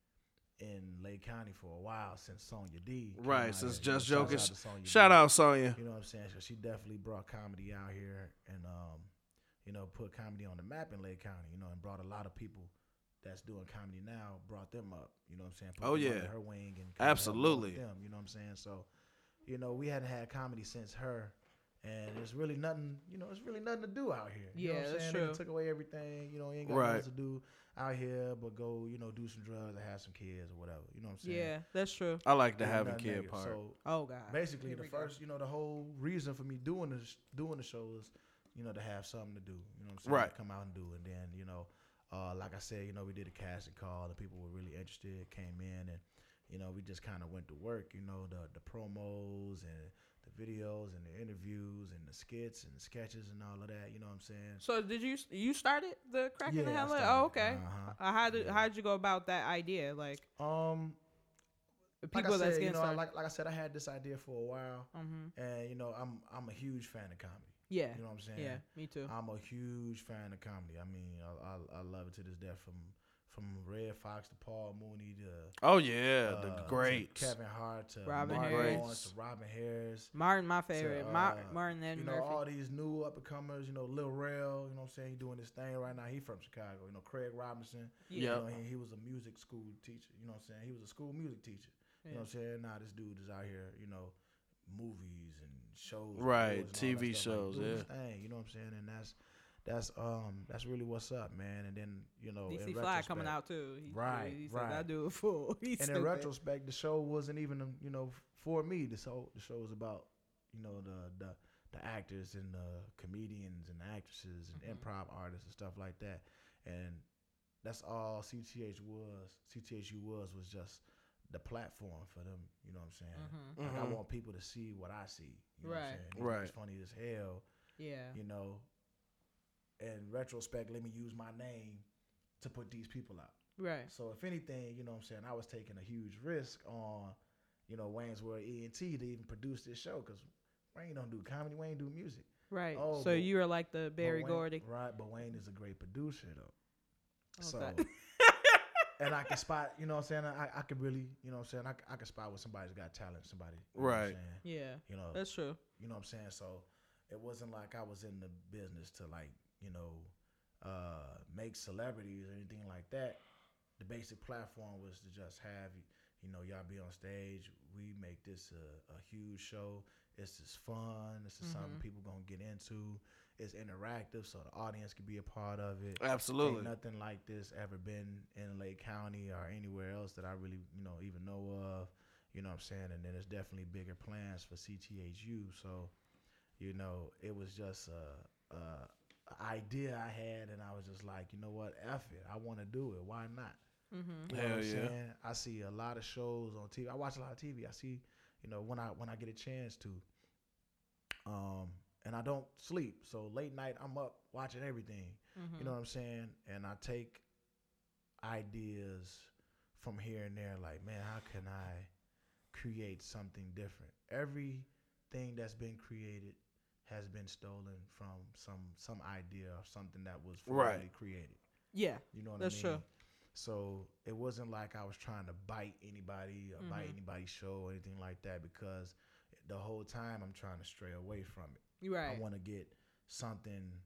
in Lake County for a while since Sonya D. came
Right,
out
since
here. You know,
Just
shouts
Joking.
out to Sonya
Shout
D.
out Sonya.
You know what I'm saying? So she definitely brought comedy out here and um, you know, put comedy on the map in Lake County, you know, and brought a lot of people that's doing comedy now, brought them up. You know what I'm saying? Put
Oh,
them
yeah.
under her wing and kinda helped
Absolutely.
Them, you know what I'm saying? So, you know, we hadn't had comedy since her. And there's really nothing, you know, it's really nothing to do out here. You know
Yeah,
what I'm
that's
saying? They done
true.
took away everything, you know, ain't got
Right.
nothing else to do out here but go, you know, do some drugs and have some kids or whatever. You know what I'm saying?
yeah, that's true.
I like to
There's
have a
nothing
kid
negative.
part.
So,
Oh God.
basically
Here
the
we go.
first you know the whole reason for me doing this doing the show is you know to have something to do you know what i'm saying
Right.
come out and do and then you know uh, like i said you know we did a casting call and people were really interested came in and you know we just kind of went to work you know the the promos and the videos and the interviews and the skits and the sketches and all of that you know what i'm saying
So did you you started the cracking the
Yeah, I
hell up?
started
Oh
it.
okay.
Uh-huh.
Uh, how did
Yeah.
how'd you go about that idea? Like
um
the
like
people
I
that's
said,
getting
you know I,
started.
like, like i said i had this idea for a while
hmm
and you know i'm i'm a huge fan of comedy
Yeah.
you know what i'm saying Uh,
Yeah. Me too.
I'm a huge fan of comedy. I mean, I, I, I love it to this death from from Red Fox to Paul Mooney to
Oh yeah,
uh,
the
to
greats.
Kevin Hart to
Robin
Martin
Harris.
Lawrence to Robin Harris.
Martin, my favorite.
uh,
Mar- Martin and
you know
Murphy.
all these new up and comers. You know Lil Rel. You know what I'm saying? He doing his thing right now. He from Chicago. You know Craig Robinson.
Yeah.
You know, he, he was a music school teacher. You know what I'm saying? He was a school music teacher. You know what I'm saying? Now this dude is out here. You know, movies and shows, and
Right,
tours and all
TV
that stuff,
shows,
Like, doing his thing, you know what I'm saying? And that's that's um that's really what's up, man. And then you know, in
DC Fly coming
retrospect-
out too. He,
Right,
He said, I
right.
do it full. He
And
said
in
that.
retrospect, the show wasn't even um, you know for me. The show the show was about you know the the the actors and the comedians and the actresses and
Mhm.
improv artists and stuff like that. And that's all CTH was. CTHU was was just the platform for them. You know what I'm saying?
Mhm.
Like
Mhm.
I want people to see what I see. You know What I'm
Right.
saying? These niggas
Right.
funny as hell.
Yeah.
You know. In retrospect, let me use my name to put these people out.
Right.
So if anything, you know what I'm saying, I was taking a huge risk on you know, Wayne's World ENT to even produce this show because Wayne don't do comedy, Wayne do music.
Right.
Oh,
so
but-
you are like the
But
Barry
Wayne-
Gordy.
Right, but Wayne is a great producer though.
Oh,
so
God.
and I can spot, you know what I'm saying? I, I could really, you know what I'm saying? I, c- I can spot when somebody's got talent, somebody. you know what I'm
Right.
saying?
yeah,
You know,
that's true.
you know what I'm saying? So it wasn't like I was in the business to like, you know, uh, make celebrities or anything like that. The basic platform was to just have, you know, y'all be on stage. We make this a, a huge show. It's just fun. This is something
Mhm.
people gonna get into. It's interactive, so the audience can be a part of it.
Absolutely.
Ain't nothing like this ever been in Lake County or anywhere else that I really, you know, even know of. You know what I'm saying? And then there's definitely bigger plans for CTHU. So, you know, it was just a, a idea I had, and I was just like, you know what, F it. I want to do it. Why not?
Mm-hmm.
You know what
Hell
I'm
yeah.
saying? I see a lot of shows on TV. I watch a lot of TV. I see, you know, when I when I get a chance to. Um, and I don't sleep. So late night I'm up watching everything.
mm-hmm.
You know what I'm saying? And I take ideas from here and there, like, man, how can I create something different? Everything that's been created has been stolen from some some idea or something that was
Right.
formerly created.
Yeah.
You know what
That's
I mean?
true.
So it wasn't like I was trying to bite anybody or bite
Mhm.
anybody's show or anything like that because the whole time I'm trying to stray away from it.
You're right.
I want to get something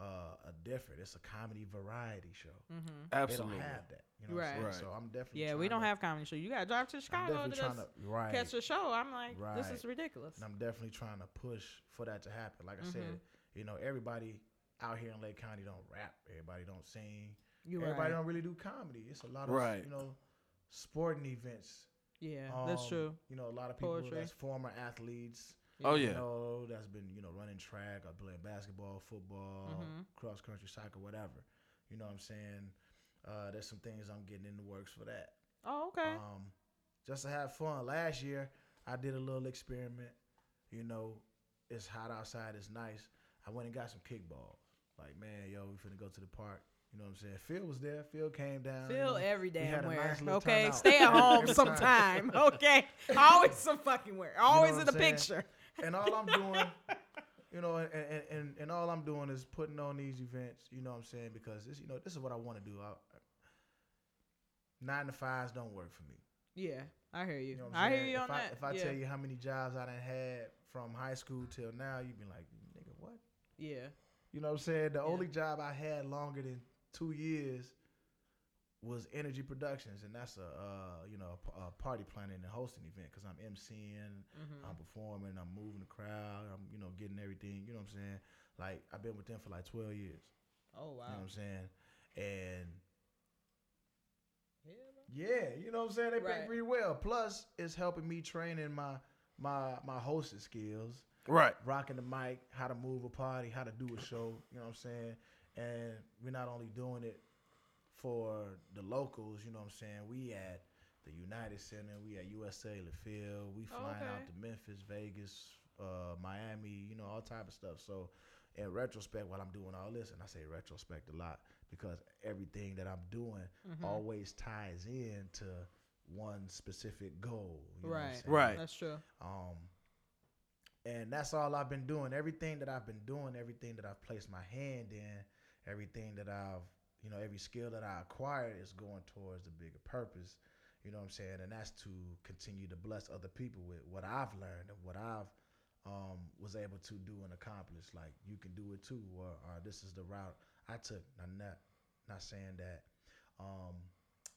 uh, a different. It's a comedy variety show.
mm-hmm.
Absolutely.
They don't have that. You know what I'm
Right.
saying?
Right.
So I'm definitely
Yeah, we
trying
don't
to-
have comedy show. You gotta drive to
I'm
Chicago to,
definitely trying to
just
right.
catch a show. I'm like, this
Right.
is ridiculous.
and I'm definitely trying to push for that to happen. Like I said,
Mhm.
you know, everybody out here in Lake County don't rap. Everybody don't sing.
You
everybody
right.
don't really do comedy. It's a lot of
Right.
you know sporting events.
yeah, that's
Um,
true.
You know, a lot of people
Poetry.
that's former athletes.
Oh,
you
yeah.
know, that's been, you know, running track or playing basketball, football,
Mm-hmm.
Mhm.
cross country, soccer, whatever. You know what I'm saying? Uh, there's some things I'm getting in the works for that.
Oh, okay.
Um, just to have fun. Last year, I did a little experiment. You know, it's hot outside, it's nice. I went and got some kickballs. Like, man, yo, we finna go to the park. You know what I'm saying? Phil was there. Phil came down. you
Feel
know.
every
had
damn
a
where.
nice little
okay,
turnout.
stay at home
Every
sometime.
time.
Okay, always some fucking where. Always
what
in the
I'm saying?
picture.
and all I'm doing, you know, and, and, and, and all I'm doing is putting on these events, you know what I'm saying? Because this, you know, this is what I want to do. I, nine to fives don't work for me.
Yeah, I hear you.
You know what I'm
I hear
saying?
you on
if I,
that.
If I
yeah.
tell you how many jobs I done had from high school till now, you'd be like, nigga, what?
yeah,
You know what I'm saying? The
Yeah.
only job I had longer than two years was Energy Productions, and that's a uh, you know a, p- a party planning and hosting event because I'm MCing,
Mhm.
I'm performing, I'm moving the crowd, I'm you know getting everything. You know what I'm saying? Like I've been with them for like 12 years.
oh wow,
You know what I'm saying? And
yeah,
yeah, you know what I'm saying? They pay
Right.
pretty well. Plus, it's helping me training my my my hosting skills
Right.
rocking the mic, how to move a party, how to do a show, you know what I'm saying? And we're not only doing it for the locals, you know what I'm saying? We at the United Center, we at USA LaField, we
Oh,
flying out
okay.
to Memphis, Vegas, uh, Miami, you know, all type of stuff. So in retrospect, while I'm doing all this, and I say retrospect a lot because everything that I'm doing
Mhm.
always ties in to one specific goal. You know what I'm
Right.
saying?
Right.
that's true.
Um, and that's all I've been doing. Everything that I've been doing, everything that I've placed my hand in, everything that I've, you know, every skill that I acquired is going towards the bigger purpose. You know what I'm saying? And that's to continue to bless other people with what I've learned and what I've um, was able to do and accomplish. Like you can do it too, or, or this is the route I took. I'm not not saying that um,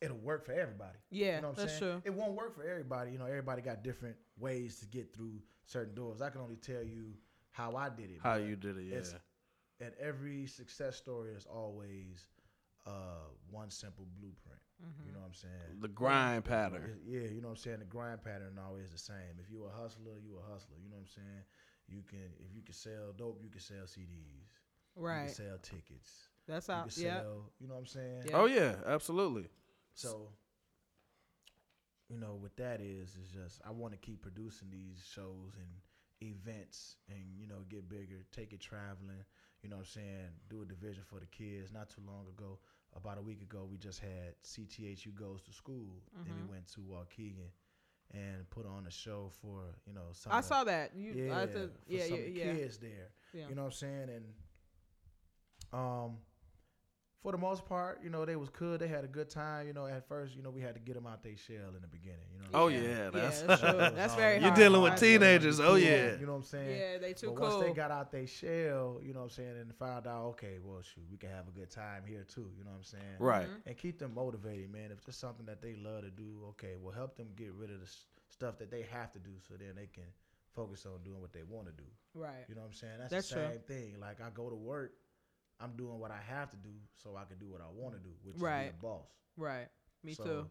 it'll work for everybody.
Yeah,
You know what I'm
that's true.
saying? It won't work for everybody. You know, everybody got different ways to get through certain doors. I can only tell you how I did it.
How
but
you did it, yeah.
it's- And every success story is always uh, one simple blueprint.
Mm-hmm.
You know what I'm saying?
The grind pattern.
It- Yeah, you know what I'm saying. The grind pattern always the same. If you a hustler, you a hustler. You know what I'm saying. You can if you can sell dope, you can sell CDs. You
Right,
can sell tickets.
that's
You
out.
can sell.
Yeah,
You know what I'm saying.
Yeah.
Oh yeah, absolutely.
So, you know, what that is is just I want to keep producing these shows and events and you know get bigger, take it traveling. You know what I'm saying? Do a division for the kids. Not too long ago, about a week ago, we just had CTHU goes to school. Then
Mhm.
we went to Waukegan and put on a show for you know some
I
of-
saw that. You,
yeah,
I said,
for
yeah,
some
yeah,
of the
yeah,
kids there.
yeah.
You know what I'm saying? And um, for the most part, you know, they was good. They had a good time. You know, at first, you know, we had to get them out their shell in the beginning. You know. what I'm
Oh
saying?
yeah, that's
that's, true.
It was
That's
all-
very.
You're
hard.
dealing with
I-
teen- Teenagers, oh,
Cool,
yeah.
You know what I'm saying?
Yeah, they too
but
cool.
once they got out their shell, you know what I'm saying, and found out, okay, well, shoot, we can have a good time here too. You know what I'm saying?
right.
Mhm.
And keep them motivated, man. If it's something that they love to do, okay, well, help them get rid of the s- stuff that they have to do, so then they can focus on doing what they want to do.
Mm-hmm. right.
You know what I'm saying? That's,
That's
the
true.
same thing. Like I go to work, I'm doing what I have to do so I can do what I want to do, which is be
Right.
a boss.
Right. Me
So,
too.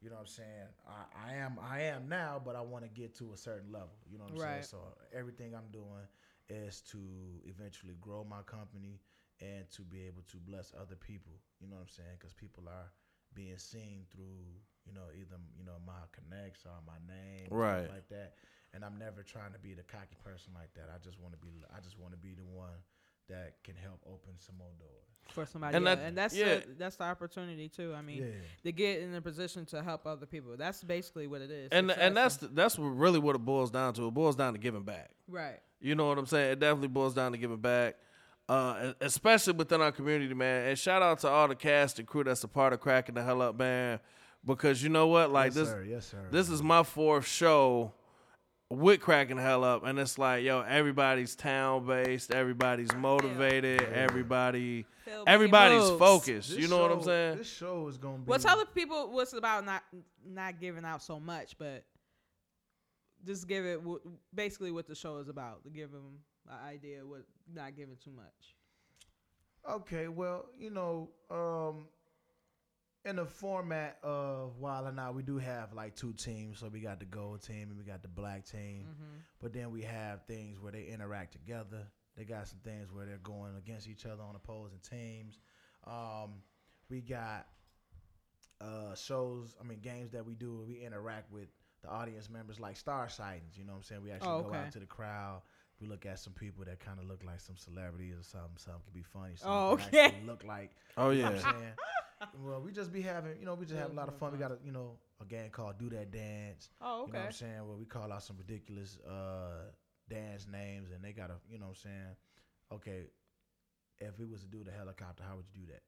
You know what I'm saying? I, I am I am now, but I want to get to a certain level. You know what I'm saying?
Right.
So everything I'm doing is to eventually grow my company and to be able to bless other people. You know what I'm saying? Because people are being seen through you know either you know my connects or my name, stuff
Right.
Like that. And I'm never trying to be the cocky person like that. I just want to be I just want to be the one that can help open some more doors.
For somebody,
And
else.
that-
and that's
yeah.
the- that's the opportunity too. I mean,
Yeah.
to get in a position to help other people. That's basically what it is.
And
success
and that's the, that's what really what it boils down to. It boils down to giving back.
right.
You know what I'm saying? It definitely boils down to giving back, uh, e- especially within our community, man. And shout out to all the cast and crew that's a part of cracking the hell up, man. Because you know what, like
yes,
this
sir. Yes, sir.
this is my fourth show with cracking the hell up, and it's like yo, everybody's town based, everybody's motivated, everybody
Feel busy
everybody's
moves.
focused.
This
you know what I'm
show-
saying?
This show is gonna be.
Well, tell the people what's about not not giving out so much, but just give it w- basically what the show is about. To give them an idea of what not giving too much.
Okay, well, you know, um, in the format of Wild and Out, we do have like two teams. So we got the gold team and we got the black team.
Mm-hmm.
But then we have things where they interact together. They got some things where they're going against each other on opposing teams. Um, we got uh, shows, I mean, games that we do where we interact with the audience members, like Star Sightings. You know what I'm saying? We actually
Oh,
go
okay.
out to the crowd. We look at some people that kind of look like some celebrities or something. Something could be funny. Something
Oh,
could
okay.
actually Look like.
Oh
You know what
yeah,
I'm saying? well, we just be having, you know, we just have a lot of fun. We got a, you know, a game called Do That Dance.
Oh,
You know what
okay.
I'm saying? Where we call out some ridiculous uh dance names and they gotta you know what I'm saying, okay, if we was to do the helicopter, how would you do that?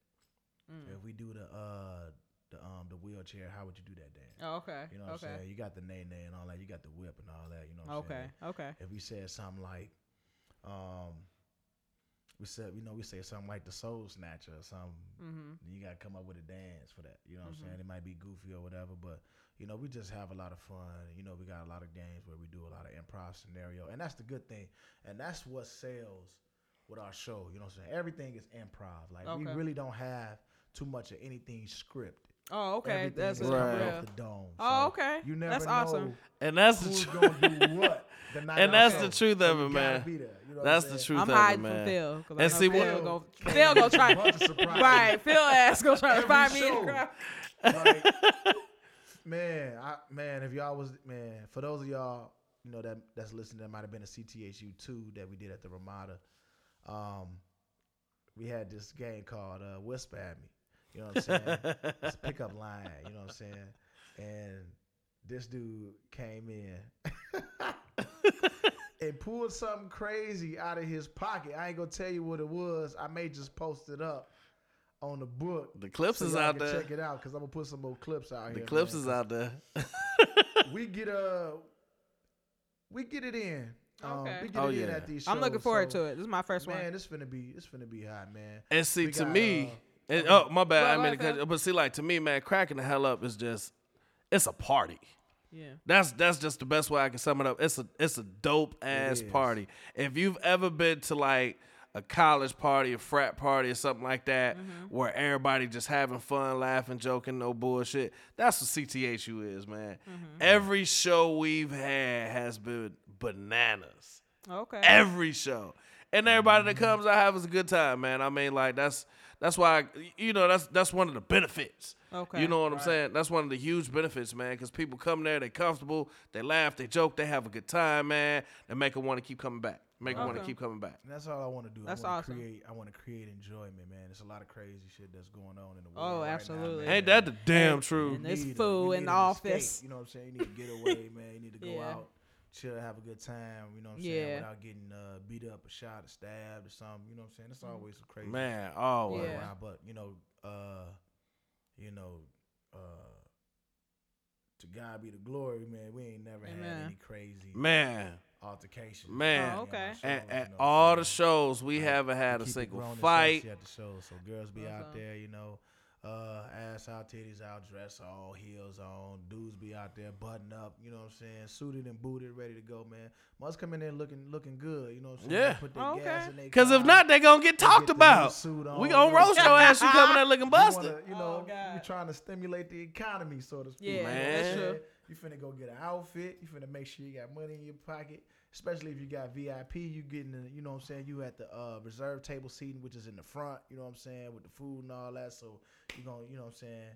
Hmm.
If we do the uh the um the wheelchair, how would you do that dance?
Oh, okay.
You know what
okay.
I'm saying? You got the nay nay and all that, you got the whip and all that, you know what I'm
Okay.
saying?
Okay.
If we said something like, um we said you know, we say something like the soul snatcher or something
Mm-hmm.
then you gotta come up with a dance for that. You know what
Mhm.
I'm saying? It might be goofy or whatever, but you know, we just have a lot of fun. You know, we got a lot of games where we do a lot of improv scenario, and that's the good thing. And that's what sells with our show. You know what I'm saying? Everything is improv. Like we
Okay.
really don't have too much of anything scripted.
Oh, okay.
Everything
That's
is
a-
Right.
coming
yeah.
off the dome.
Oh,
So
okay.
You never
That's
know
awesome.
and that's the
who's
truth.
gonna do what. the night
And
of
that's
the
the
show.
truth
So
of
you
it,
gotta
man.
be there. You know what
That's
I'm
the
saying?
truth
I'm
of it,
hiding from
man.
Phil. 'cause I
And
know
see,
Phil
what-
go,
Came
Phil go
with a
try.
bunch of surprises.
Right. Phil ass go try to
Every
find me in the
show.
crowd.
Like, man, I, man, if y'all was man, for those of y'all you know that that's listening, that might have been a CTHU two that we did at the Ramada. Um, we had this game called uh, Whisper at me. You know what I'm saying? it's a pickup line. You know what I'm saying? And this dude came in. And pulled something crazy out of his pocket. I ain't gonna tell you what it was. I may just post it up on the book
the clips
so
is
y'all
out
can
there.
Check it out because I'm gonna put some more clips out
The
here.
clips
man.
is out there.
We get uh, we get it in. Um,
Okay.
We get
Oh,
it in
yeah.
at these shows.
I'm looking forward
so,
to it. This is my first
Man,
one.
this finna be this finna be hot, man.
And see,
We
to
got,
me,
uh,
and, oh my
Go
bad, I
ahead,
mean, to cut
Phil.
you, but see, like to me, man, cracking the hell up is just, it's a party.
Yeah.
That's that's just the best way I can sum it up. It's a it's a dope ass
is.
party. If you've ever been to like a college party, a frat party, or something like that, where everybody just having fun, laughing, joking, no bullshit. That's what CTHU is, man. Every show we've had has been bananas
Okay.
every show. And everybody that comes out has a good time, man. I mean, like that's that's why you know that's that's one of the benefits.
Okay.
You know what I'm saying? That's one of the huge benefits, man, because people come there, they comfortable, they laugh, they joke, they have a good time, man. They make them want to keep coming back. Make me want to
Okay.
keep coming back.
And that's all I want to do.
That's
I wanna
awesome.
Create, I want to create enjoyment, man. There's a lot of crazy shit that's going on in the world.
Oh,
right now,
absolutely.
man.
Ain't that the damn
And-
truth?
and This
need a-
fool
you
in
need
the
an escape,
office.
you know what I'm saying? You need to get away, man. You need to go
Yeah.
out, chill, have a good time. You know what I'm
Yeah.
saying? Without getting uh, beat up, or shot, or stabbed, or something. You know what I'm saying? It's always some crazy
Man,
going
always.
Mm. Yeah.
around. But you know, uh, you know, uh, to God be the glory, man. We ain't never had
Amen.
any crazy
Man,
altercations.
Man.
Oh,
on our
okay.
shows,
at,
you
at
know what I'm
all the
saying?
shows, we
Right.
haven't had
to
a
keep it
single
grown and
fight.
sexy At the show, so girls be out
Okay.
there, you know, uh, ass out, titties out, dress all, heels on. Dudes be out there, button up, you know what I'm saying, suited and booted, ready to go, man. Must come in there looking looking good, you know what I'm saying.
Yeah.
Put their
Okay.
gas in their
Because if
car,
not, they going to get
they get
talked
the new
about.
suit on,
We
you know
going to
what I'm
roast
saying?
your ass. You coming out looking
You wanna-
busted.
You know,
Oh, God.
you trying to stimulate the economy, so to speak.
Yeah,
Man.
that's true.
You finna go get an outfit. You finna make sure you got money in your pocket. Especially if you got VIP, you getting, the, you know what I'm saying. You at the uh, reserve table seating, which is in the front. You know what I'm saying, with the food and all that. So you gonna, you know what I'm saying,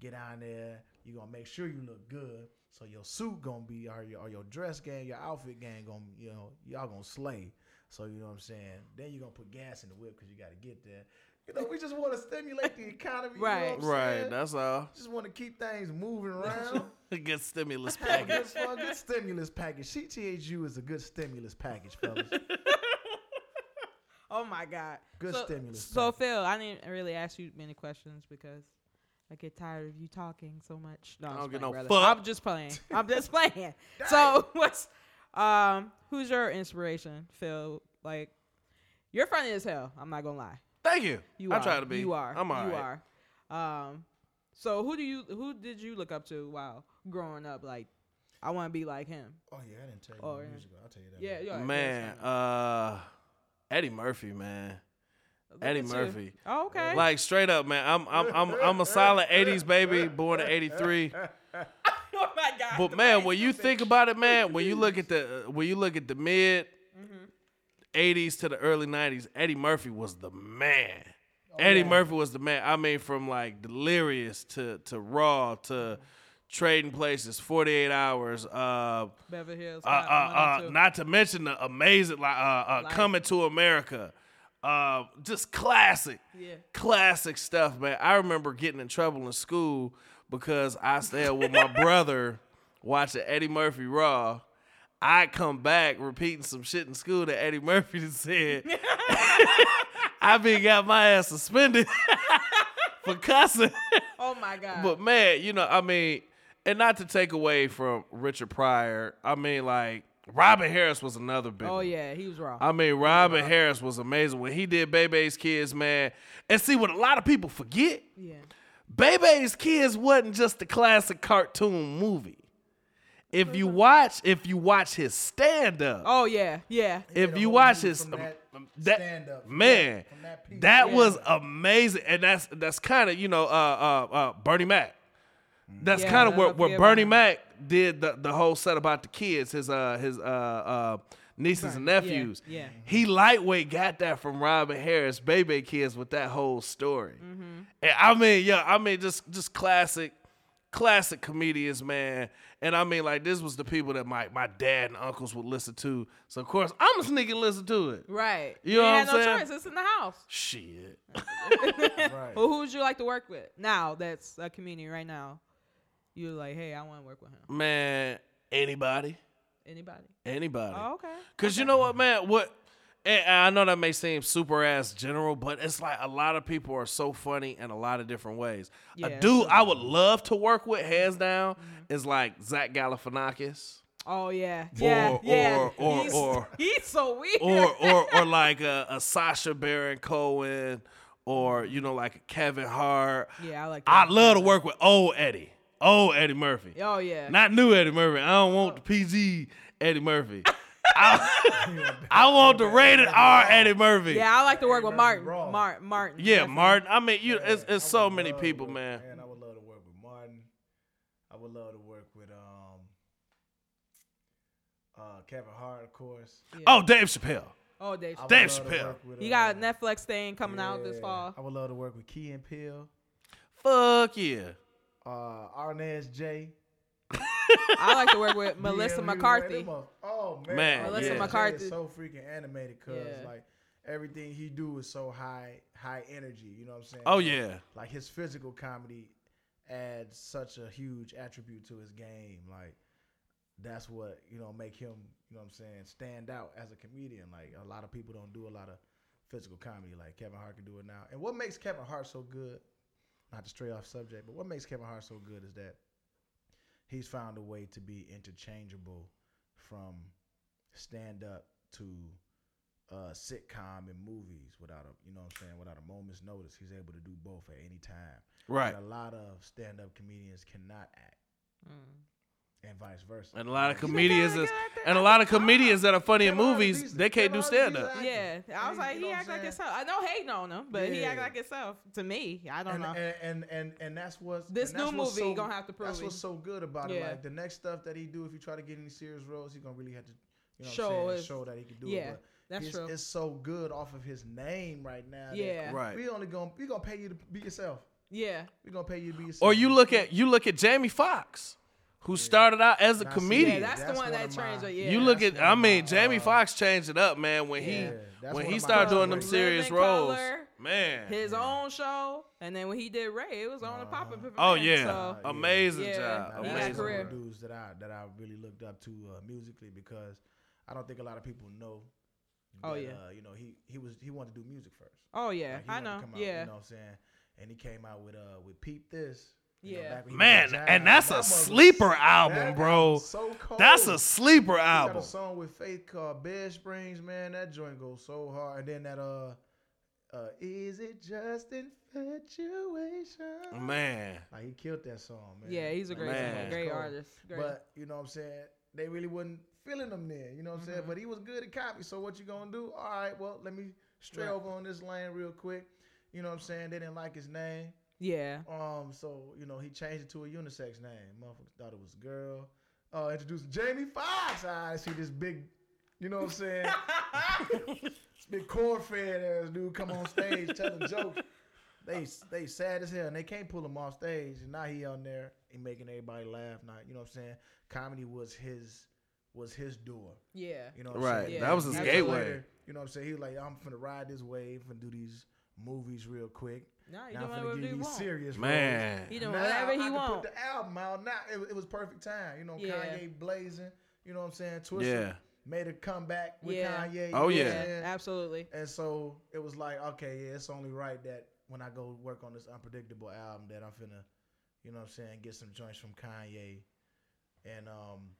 get on there. You gonna make sure you look good. So your suit gonna be, or your, or your dress game, your outfit game gonna, you know, y'all gonna slay. So you know what I'm saying. Then you gonna put gas in the whip because you gotta get there. You know, we just want to stimulate the economy. you know what I'm
Right,
saying?
that's all.
just want to keep things moving around.
Get stimulus
Have a
package.
good, for a good stimulus package. CTHU is a good stimulus package, fellas.
Oh my God.
Good
so,
stimulus
So
package.
Phil, I didn't really ask you many questions because I get tired of you talking so much. No, I'm
I don't
just
get
playing,
no
brother.
fuck.
I'm just playing. I'm just playing. so what's um who's your inspiration, Phil? Like you're funny as hell. I'm not gonna lie.
Thank you.
You
I'm
are.
trying to be.
You are.
I'm all
you
right.
are. Um, so who do you who did you look up to while growing up? Like, I want to be like him.
Oh yeah, I didn't tell you
Oh,
oh,
yeah.
years ago. I'll tell you that.
Yeah,
later.
yeah.
Man, uh, Eddie Murphy, man.
Look
Eddie
at you.
Murphy.
Oh, okay.
Like straight up, man. I'm I'm I'm I'm a solid '80s baby, born in '83.
oh my god.
But man, when you think about it, man, when you look at the uh, when you look at the mid '80s to the early '90s, Eddie Murphy was the man. Eddie Murphy was the man. I mean, from like Delirious to to Raw to Trading Places, 48 Hours. Uh,
Beverly Hills,
uh, uh,
Cop,
uh,
102.
not to mention the amazing like uh, uh,
Life.
coming to America, uh, just classic,
Yeah.
classic stuff, man. I remember getting in trouble in school because I stayed with my brother watching Eddie Murphy Raw. I come back repeating some shit in school that Eddie Murphy done said. I been got my ass suspended for cussing.
oh my god.
But man, you know, I mean, and not to take away from Richard Pryor, I mean, like Robin Harris was another big.
oh
one.
yeah, he was wrong.
I mean, Robin Harris was amazing when he did Bebe's Kids, man. And see, what a lot of people forget,
yeah.
Bebe's Kids wasn't just a classic cartoon movie. If you watch, if you watch his stand up,
Oh yeah. Yeah.
He
if
made a
you
whole
watch
movie
his
from
um,
that
um, that
stand-up, from
man,
that- from that piece.
that,
Yeah.
was amazing, and that's that's kind of you know uh, uh, uh, Bernie Mac. That's
Yeah,
kind of
that's
where,
a
where
good
Bernie
one.
Mac did the, the whole set about the kids, his uh his uh, uh nieces and
Right, yeah,
nephews.
yeah.
He lightweight got that from Robin Harris, Baby Kids, with that whole story.
Mm-hmm.
And I mean, yeah, I mean just just classic classic comedians, man. And I mean, like, this was the people that my, my dad and uncles would listen to. So, of course, I'm a sneaky listen to it.
Right.
You know
he
what
had
I'm
no
saying?
choice. It's in the house.
Shit.
Right.
Well, who would you like to work with now? That's a comedian right now. You're like, hey, I want to work with him.
Man, anybody?
Anybody?
Anybody.
Oh, okay.
Because you know what, man? What. And and I know that may seem super ass general, but it's like a lot of people are so funny in a lot of different ways.
Yeah,
a dude I would love to work with, hands down, is like Zach Galifianakis.
Oh yeah, yeah,
Or-
yeah.
or- or-
he's,
or-
he's so weird.
or or or like a, a Sasha Baron Cohen, or you know like a Kevin Hart.
yeah, I like. That.
I love to work with old Eddie, old Eddie Murphy,
Oh yeah.
not new Eddie Murphy. I don't want the PG Eddie Murphy. I, I want the rated R Eddie Murphy.
yeah, I like to work with Martin.
Raw.
Mar- Martin.
Yeah,
definitely.
Martin. I mean, you. It's,
I
it's so
would
many
love to
people,
work-
man.
I would love to work with Martin. I would love to work with um uh Kevin Hart, of course.
Yeah.
Oh, Dave Chappelle.
Oh, Dave.
I would
Dave
love to
Chappelle.
work with,
You got a
um,
Netflix thing coming out this
yeah,
fall.
I would love to work with Key and Peele,
Fuck yeah.
uh, Arnaz J.
I like to work with Melissa
Yeah, we-
McCarthy.
them are- Oh Oh man,
Man,
oh,
Melissa
yeah.
McCarthy.
is so freaking animated because
Yeah.
like everything he do is so high high energy. You know what I'm saying?
Oh yeah.
like his physical comedy adds such a huge attribute to his game. Like that's what you know make him you know what I'm saying stand out as a comedian. Like a lot of people don't do a lot of physical comedy like Kevin Hart can do it now. And what makes Kevin Hart so good? Not to stray off subject, but what makes Kevin Hart so good is that he's found a way to be interchangeable from stand up to uh, sitcom and movies without a you know what I'm saying without a moment's notice. He's able to do both at any time.
Right.
And a lot of stand up comedians cannot act,
Mm.
and vice versa.
And a lot of
You
comedians
gotta
is,
get out there.
and a lot of comedians that are funny in
Kevin Hart is
movies,
decent.
they can't do
Kevin Hart is
stand up.
decent.
Yeah, I
And
was
he-
like,
Ah, you
he
know what
act like
I'm saying?
himself. I don't hate on him, but he act
Yeah.
like himself to me. I don't
and,
know.
and, and and and that's what's
This
and that's
new
what's
movie,
so,
you gonna have to prove
That's
it.
what's so good about it.
Yeah.
Like the next stuff that he do, if you try to get any serious roles, he's gonna really have to you know
Show
show
us.
show that he can do
Yeah,
it. But
that's
it's,
true.
It's so good off of his name right now. that
Yeah.
Right.
We only gonna we gonna pay you to be yourself.
yeah,
We gonna pay you to be yourself.
Or you look at you look at Jamie Foxx, who started out as a
Now,
yeah,
see,
comedian.
that's, the
That's
one
one
that
of mine.
changed. her, Yeah,
you look
that's
at
one
I
of
mean
my,
Jamie
uh,
Fox changed it up, man, when
Yeah,
he
that's
when
one
he
of my
started doing them
favorites.
serious
Living
roles.
Colour,
Man.
his own show, and then when he did Ray, it was on a
Uh-huh.
pop up.
oh yeah.
so,
Uh,
Amazing
yeah.
job.
Now,
He got
Amazing.
that's one
career.
of the dudes that I that I really looked up to uh, musically because I don't think a lot of people know.
Oh,
that,
yeah.
uh, you know he he was he wanted to do music first.
oh yeah,
Like, he
I
wanted to
know.
come out,
Yeah,
you know what I'm saying. And he came out with uh with peep this. you know,
Yeah.
back when he was
Man,
with Jive.
and that's
That
a
mother-
sleeper
that
album,
album
bro.
was so cold.
That's a sleeper
He got
album.
a song with Faith called Bed Springs, man. That joint goes so hard. And then that uh, uh is it just infatuation?
Man.
Like he killed that song, man.
yeah, he's a great,
Man.
singer, great
Cold.
artist. Great.
But you know what I'm saying? They really wasn't feeling him then. You know what I'm
Mm-hmm.
saying? But he was good at copy. So what you gonna do? All right, well, let me stray
Right.
over on this lane real quick. You know what I'm saying? They didn't like his name.
yeah,
Um, so you know, he changed it to a unisex name. Motherfuckers thought it was a girl. Uh introduced Jamie Foxx. Ah, I see this big, you know what I'm saying? this big corn fed ass dude come on stage telling jokes. They they sad as hell and they can't pull him off stage. And now he on there, he making everybody laugh. Now, you know what I'm saying? Comedy was his was his door.
yeah,
You know what
Right.
I'm saying?
That was
Years
his
gateway.
later, you know what I'm saying? He was like, I'm finna ride this wave and do these movies real quick.
No, he
Now
doing
I'm
whatever
finna give
he
you
want.
serious roles.
Man.
He doing
Now
whatever
I
he
can
want.
Put the album out now. It, it was perfect time. You know,
Yeah.
Kanye blazing. You know what I'm saying? Twisted
Yeah.
made a comeback with
Yeah.
Kanye. you
Oh,
know what I'm
yeah.
saying?
absolutely.
And so it was like, okay, yeah, it's only right that when I go work on this unpredictable album that I'm finna, you know what I'm saying, get some joints from Kanye and um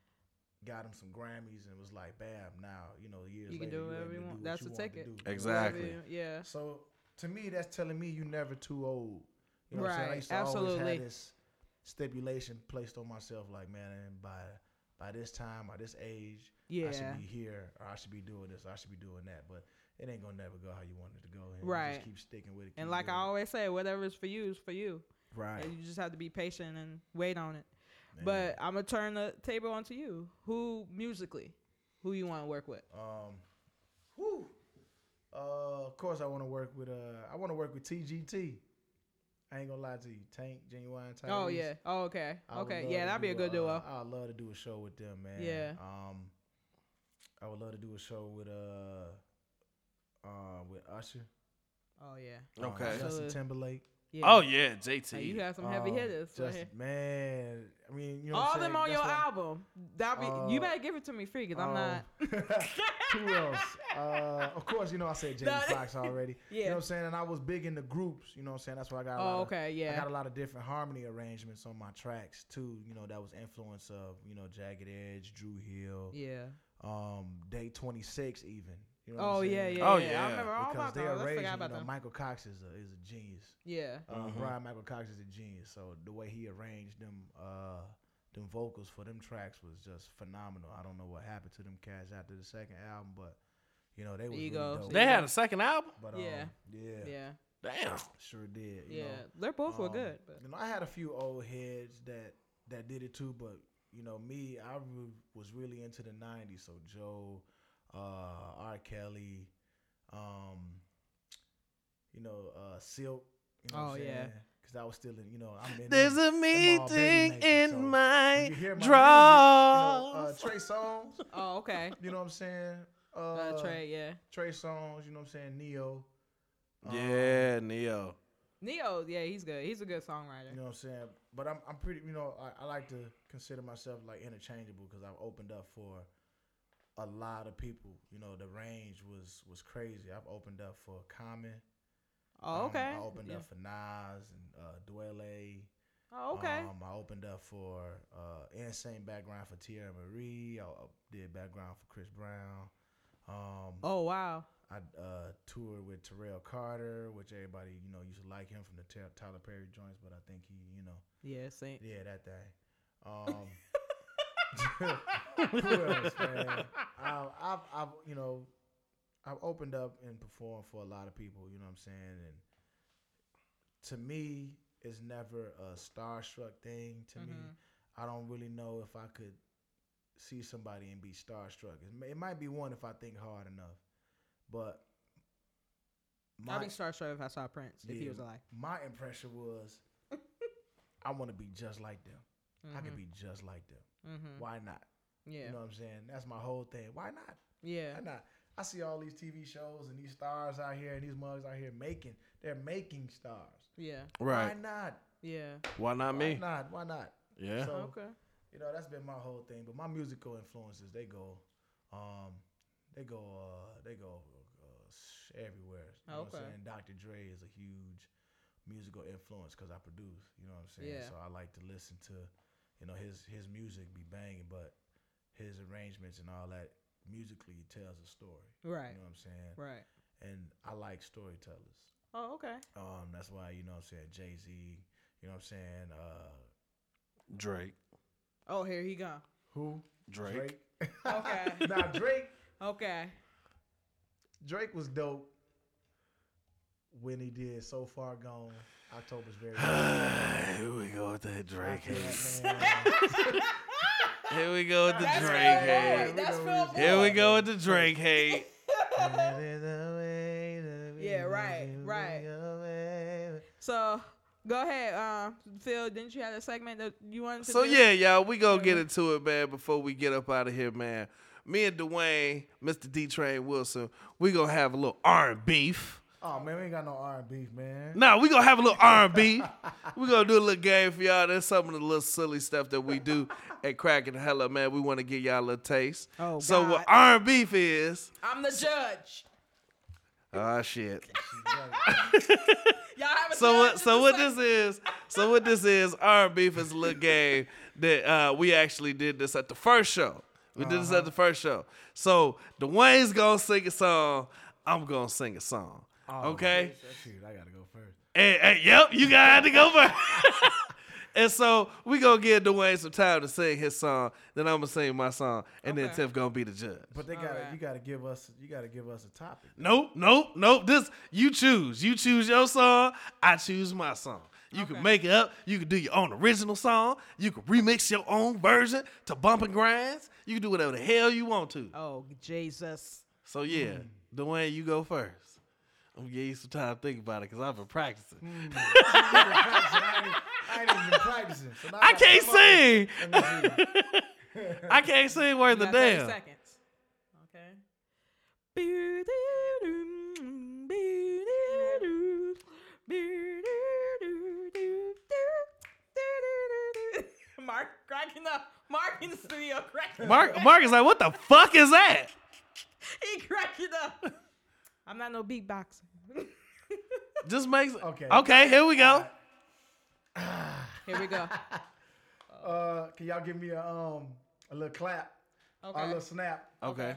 got him some Grammys and was like, bam, now, you know, years
You can
later,
do
you
whatever
able
you
to
want.
do what
That's
you
the
wanted to
ticket.
do.
Exactly.
Whatever you- Yeah,
So to me, that's telling me you're never too old. You know what I'm saying? I
Right,
used to always
absolutely.
have this stipulation placed on myself, like, man, and by by this time or this age, I
yeah.
should be here or I should be doing this, or I should be doing that. But it ain't gonna never go how you want it to go. And you
Right.
Just keep sticking with it.
And
keep
like I
doing it.
always say, whatever is for you is for you.
right.
And you just have to be patient and wait on it.
man.
But I'm gonna turn the table onto you. Who musically? Who you want to work with?
um, whew. Uh, of course I want to work with uh, I want to work with TGT. I ain't gonna lie to you, Tank, Genuine, Tyrese.
Oh yeah. Oh okay.
I would
Okay.
love
Yeah,
to
that'd be a
do
good duo.
Uh, I'd love to do a show with them, man.
Yeah.
Um, I would love to do a show with uh, uh, with Usher,
Oh yeah.
um,
Okay.
Justin
Absolutely.
Timberlake.
Yeah.
Oh yeah, JT.
Hey, you have some heavy
um,
hitters. right
Justin-
here.
man, I mean, you know,
All
what I'm
them
saying?
on your
That's why-
album. That be. you
Uh, oh.
better give it to me free, cause I'm not.
Um, who else? Uh, of course, you know I said Jamie
No.
Foxx already. You
Yeah.
know what I'm saying? And I was big in the groups. You know what I'm saying? That's why I got. A
Oh
lot of-
okay.
I
Yeah.
got a lot of different harmony arrangements on my tracks too. You know that was influence of you know Jagged Edge, Drew Hill,
Yeah.
um, Day 26 even. You know what
Oh
I'm
yeah.
saying?
Yeah.
Oh,
yeah. I
yeah.
remember all
Because
about
they
those.
are
I
raised,
forgot
you
about
know,
them. Mm-hmm.
Michael Cox is a, is a genius.
Yeah.
Uh,
Mhm.
Brian Michael Cox is a genius. So the way he arranged them uh, them vocals for them tracks was just phenomenal. I don't know what happened to them cats after the second album, but you know they was really
Egos.
dope.
They had a second album?
but,
Yeah.
um, yeah,
Yeah.
Damn.
sure did. You
Yeah.
know?
They're both were
Um,
good. But.
You know, I had a few old heads that that did it too, but you know, me, I re- was really into the '90s. So Joe, uh, R. Kelly, um, you know, uh, Silk. You know what
Oh,
I'm
yeah.
saying? because I was still in, you know, I'm in.
There's a
them all baby
meeting in
makers, so when
my
you uh, hear my
drawers.
music, you know, uh, Trey Songz,
Oh, okay.
you know what I'm saying? Uh,
Uh,
Trey.
Trey, yeah.
Trey Songz, you know what I'm saying? Neo, um,
yeah, Neo.
Neo, yeah, he's good. He's a good songwriter.
you know what I'm saying? But I'm, I'm pretty, you know, I, I like to consider myself like interchangeable because I've opened up for a lot of people. You know, the range was was crazy. I've opened up for Common.
Oh,
Um,
okay.
I opened
yeah.
up for Nas and uh, Dwele.
Oh, okay.
Um, I opened up for uh, Insane Background for Tierra Marie. I uh, did background for Chris Brown. Um,
oh, wow.
I uh, toured with Terrell Carter, which everybody, you know, used to like him from the Ty- Tyler Perry joints, but I think he, you know,
Yeah, same.
yeah, that thing. Um, who else, man? Um, I've, I've, you know, I've opened up and performed for a lot of people. You know what I'm saying? And to me, it's never a starstruck thing. To me,
Mhm.
I don't really know if I could see somebody and be starstruck. It, may- it might be one if I think hard enough, but
I'd be starstruck if I saw Prince, if he
Yeah.
was alive.
my impression was, I want to be just like them. I could be just like them.
Mm-hmm.
Why not?
Yeah.
You know what I'm saying? That's my whole thing. Why not?
yeah.
Why not? I see all these TV shows and these stars out here and these mugs out here making. They're making stars.
Yeah.
Right.
Why not?
Yeah.
Why not
Why
me?
not? Why not?
Yeah.
So,
Okay.
You know, that's been my whole thing. But my musical influences, they go, um, they go, uh, they go uh, s- everywhere. You know what I'm
Okay.
saying? Dr. Dre is a huge musical influence because I produce. You know what I'm saying?
Yeah.
So I like to listen to, you know, his his music be banging, but his arrangements and all that musically tells a story.
Right.
You know what I'm saying?
Right.
And I like storytellers.
Oh, okay.
Um, that's why you know what I'm saying Jay Z. You know what I'm saying? Uh,
Drake.
Oh, here he go.
who?
Drake.
Okay.
now Drake.
Okay.
Drake was dope when he did "So Far Gone." October's very.
Here we go with that Drake.
After that, man,
Here we go with the
That's
Drake
Phil
hate.
Boyd. That's
We
Phil
know
Boyd.
Here we go with the Drake hate.
that is the way that we
Yeah, right,
do
right.
away.
So go ahead, uh, Phil. Didn't you have a segment that you wanted to
So
do?
yeah, y'all, we gonna get into it, man. Before we get up out of here, man. Me and Dwayne, Mr. D Train Wilson, we gonna have a little R and beef.
Oh man, we ain't got no R and B, man.
Nah, we gonna have a little R and B. We gonna do a little game for y'all. That's some of the little silly stuff that we do at Cracking the Hella, man. We want to give y'all a little taste.
Oh,
so what
God.
R and beef is?
I'm the judge.
Ah, shit.
Y'all have a
So
judge
what?
in
So
the
what
seg-
this is? So what this is? R and beef is a little game that uh, we actually did this at the first show. We did this at
Uh-huh.
the first show. So Dwayne's gonna sing a song. I'm gonna sing a song.
Oh,
okay.
Shoot, I gotta go first.
And, and- yep, you got to go first. and so we gonna give Dwayne some time to sing his song. Then I'm gonna sing my song, and
Okay.
then Tiff gonna be the judge.
But they gotta,
right.
you gotta give us, you gotta give us a topic.
Nope, nope, nope. This you choose. You choose your song. I choose my song. You can make it up. You can do your own original song. You can remix your own version to bump and grinds. You can do whatever the hell you want to.
Oh Jesus.
So yeah, Dwayne, you go first. I'm gonna give you some time to think about it because I've been practicing.
I ain't even been practicing. So now
I
gotta
can't
come up with-
sing.
Let me see.
I can't sing worth a
You got 30
damn.
seconds. Okay. Mark cracking up. Mark in the studio cracking
Mark,
up.
Mark is like, what the fuck is that?
He cracking up. I'm not no beatboxer.
Just makes okay.
Okay.
Okay, here we go.
Here we go.
Uh, can y'all give me a um a little clap, or a
Okay.
little snap?
Okay.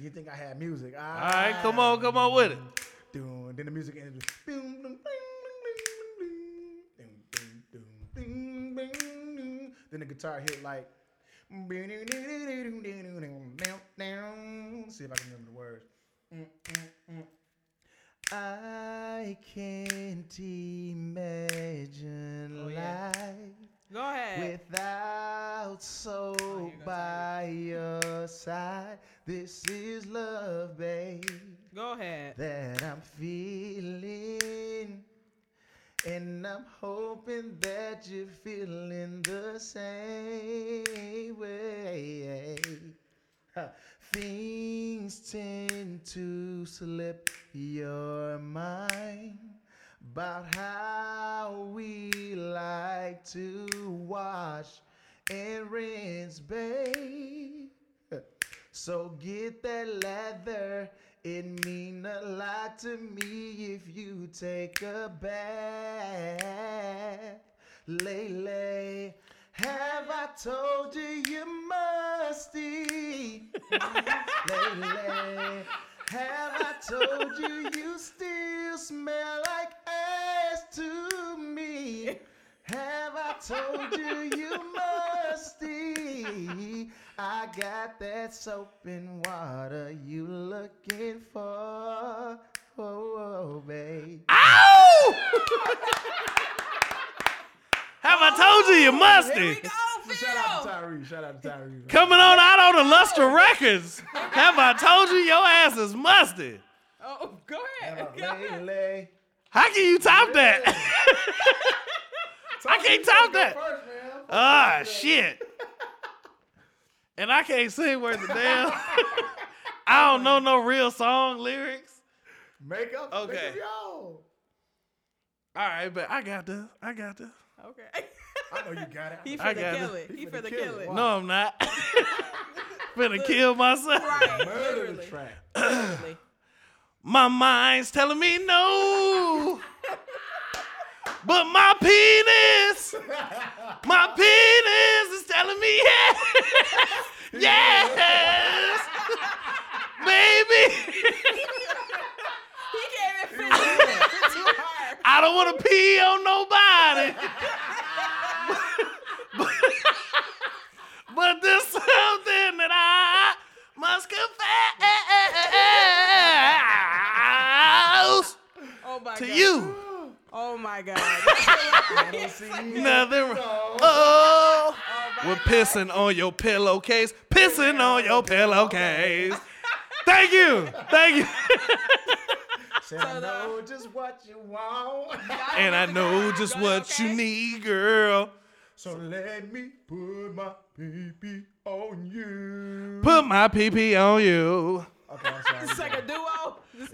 You think I had music?
All right, come on, come on with it.
Then the music ends. Then the guitar hit like. See if I can remember the words. I can't imagine
Oh, yeah.
life
Go ahead. Oh,
Without soul
go,
by your side, this is hoping that you're feeling the same way. Huh. Things tend to slip your mind about how we like to wash and rinse, babe. So get that lather. It mean a lot to me if you take a bath. Lele, have I told you you musty? Lele, have I told you you still smell like ass to me? Have I told you you musty? I got that soap and water you looking for. Oh, oh babe.
Have I told you you
Here we
musty?
go,
Shout out to
Phil.
Tyree. Shout out to Tyree. man.
Coming on out on the Luster Records. Have I told you your ass is musty?
Oh, go ahead.
Shout out
Go ahead.
Lele.
How can you top that? I can't top that.
First, man.
Ah, shit. And I can't sing worth a damn. I don't know no real song lyrics.
Make up.
Okay.
Okay. Make up y'all.
All right, but I got this. I got this.
Okay.
I know you got it. I
He
know.
I
finna
got
kill
it.
Oh, it. He
He finna
finna
kill
kill
it.
it.
Wow.
No, I'm not. Finna kill myself.
Right.
Murder the
Literally.
track.
Literally.
My mind's telling me no. but my penis, my penis is telling me yes. yes. Baby,
He can't even finish. It's too hard.
I don't want to pee on nobody. but, but there's something that I must confess
Oh my
to
god.
you.
Oh my god.
I don't see you.
Nothing wrong.
No.
Oh, we're pissing on your pillowcase, pissing on your pillowcase. Thank you, thank you.
Said I
So the-
know just what you want.
And I know just what you need, girl.
So let me put my PP on you.
Put my pee pee on you.
Okay, I'm
It's
sorry.
like a duo. Just-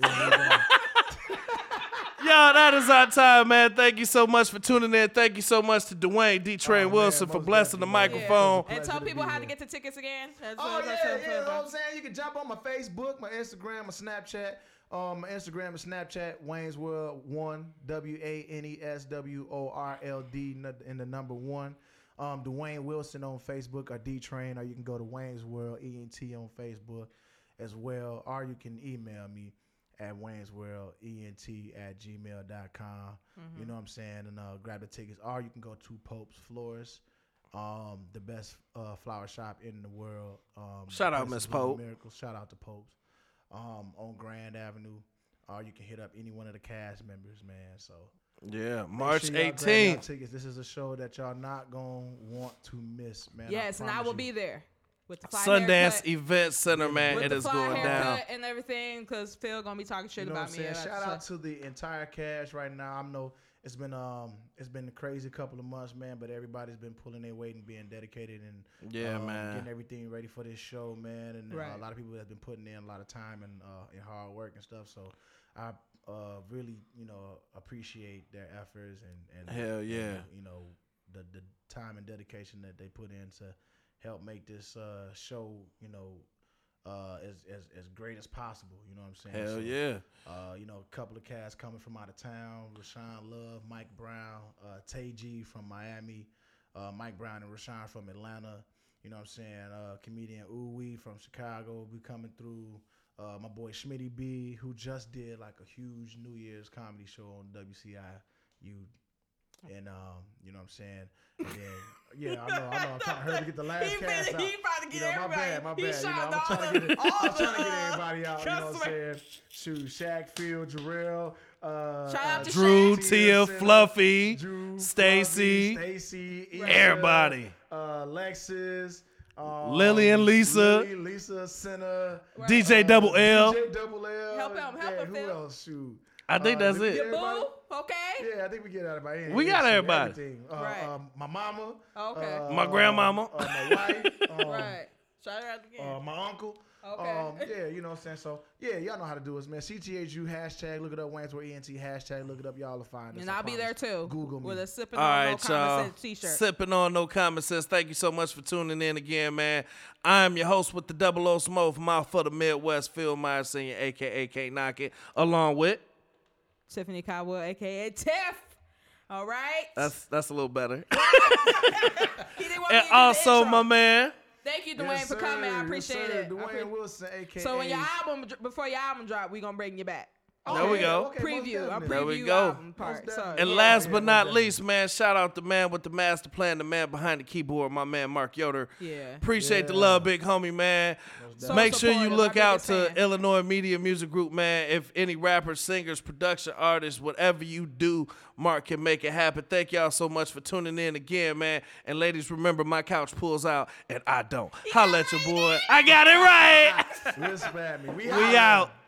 Y'all, that is our time, man. Thank you so much for tuning in. Thank you so much to Dwayne D. Train
Oh, man,
Wilson for
most
blessing the
definitely, man.
microphone.
And
Pleasure
tell
to
people
be
how to
here.
get the tickets again. That's
Oh
what I
yeah,
tell
yeah. You know
people.
what I'm saying? You can jump on my Facebook, my Instagram, my Snapchat. Um, my Instagram and Snapchat, Wayne's World One W A N E S W O R L D n- in the number one. Um, Dwayne Wilson on Facebook or D Train, or you can go to Wayne's World E N T on Facebook as well, or you can email me at Wayne's World ENT at gmail.com. You know what I'm saying? And uh, grab the tickets, or you can go to Pope's Florist, um, the best uh, flower shop in the world. Um,
Shout out,
Place
Miss
of Little
Pope.
Miracles. Shout out to Pope's um, on Grand Avenue, or you can hit up any one of the cast members, man. So
Yeah,
make
March
sure y'all grab y'all
18th.
tickets. This is a show that y'all not gonna want to miss, man.
Yes, and I
promise
will
you.
be there with the fly
Sundance
haircut,
Event Center, man.
with
It
the
is
fly
going down.
haircut and everything, because Phil gonna be talking shit
You know
about
what
me.
I'm
about
saying? Shout out
stuff.
to the entire cast right now. I know it's been um it's been a crazy couple of months, man, but everybody's been pulling their weight and being dedicated and
Yeah,
um,
man.
getting everything ready for this show, man. And uh,
Right.
a lot of people have been putting in a lot of time and uh and hard work and stuff. So I uh really you know appreciate their efforts and and
Hell
and, uh,
yeah.
you know the the time and dedication that they put in to help make this uh show you know. Uh, as, as as great as possible, you know what I'm saying?
Hell
So,
yeah.
uh, you know, a couple of cats coming from out of town: Rashawn Love, Mike Brown, uh, Tay G from Miami, uh, Mike Brown and Rashawn from Atlanta. You know what I'm saying? Uh, comedian Uwe from Chicago be coming through. Uh, my boy Schmitty B, who just did like a huge New Year's comedy show on WCIU. And um, you know what I'm saying? And then, yeah, I know, I know. I'm trying to hurry to get the last
He
cast
finna-
out.
he about to get
you know, my
everybody.
bad, my
He
bad. You know,
shot
I'm
all
trying to get,
the- all
I'm trying to
the,
get
uh,
everybody out. You know what I'm
customer-
saying? saying? Shoot, Shaq, Phil, Jarrell. Uh,
Shout out
uh,
to
Drew,
Shaq.
Tia,
Simmons,
Fluffy,
Drew,
Stacy,
Fluffy, Stacy, Issa,
Everybody.
uh, Lexus, um,
Lily and Lisa.
Lily, Lisa, Senna,
Right.
DJ Double L.
DJ Double L,
Help him, help
yeah,
him,
Who
Phil.
else? Shoot,
I think
Uh,
that's
the-
it.
yeah.
Boo.
Everybody-
Okay.
Yeah, I think we get out of here.
We got everybody.
Everything. Uh,
Right. Oh,
um, my mama.
Okay.
uh,
My grandmama.
Uh, my wife. Um,
Right. Try it out again.
uh, my uncle.
Okay.
Um, yeah, you know what I'm saying? So, yeah, y'all know how to do us, man. CTHU hashtag, look it up, Wansworth ENT hashtag, look it up. Y'all will find us.
and
I
I'll be there
promise.
too.
Google me.
With a sipping
All
on
right,
no
y'all.
common sense t-shirt.
Sipping on no common sense. Thank you so much for tuning in again, man. I am your host with the Double O Smoke, mouth for the Midwest, Phil Myers Senior, aka K Knock It, along with
Tiffany Cowell, aka Tiff. All right.
that's that's a little better,
he didn't want me to
and
do the
also
intro.
my man.
Thank you, Dwayne,
Yes,
for coming.
sir.
I
Yes,
appreciate
sir.
it. I
Dwayne
appre-
Wilson, a.k.a.
so when your album dr- before your album drop, we gonna bring you back.
Oh,
There we
yeah,
go.
okay, most
preview. I'm
definitely.
There we
preview
go.
album part.
Most
So,
definitely.
And
yeah.
last
man,
but
we
not
done.
least, man, shout out the man with the master plan, the man behind the keyboard, my man Mark Yoder.
Yeah.
Appreciate the
Yeah.
love, big homie, man.
definitely.
Make
So
sure you
supportive,
look
my
out
biggest
to
fan.
Illinois Media Music Group, man. If any rappers, singers, production artists, whatever you do, Mark can make it happen. Thank y'all so much for tuning in again, man. And ladies, remember my couch pulls out and I don't. Holla at your boy. I got it right.
Whisper at me. We,
we out.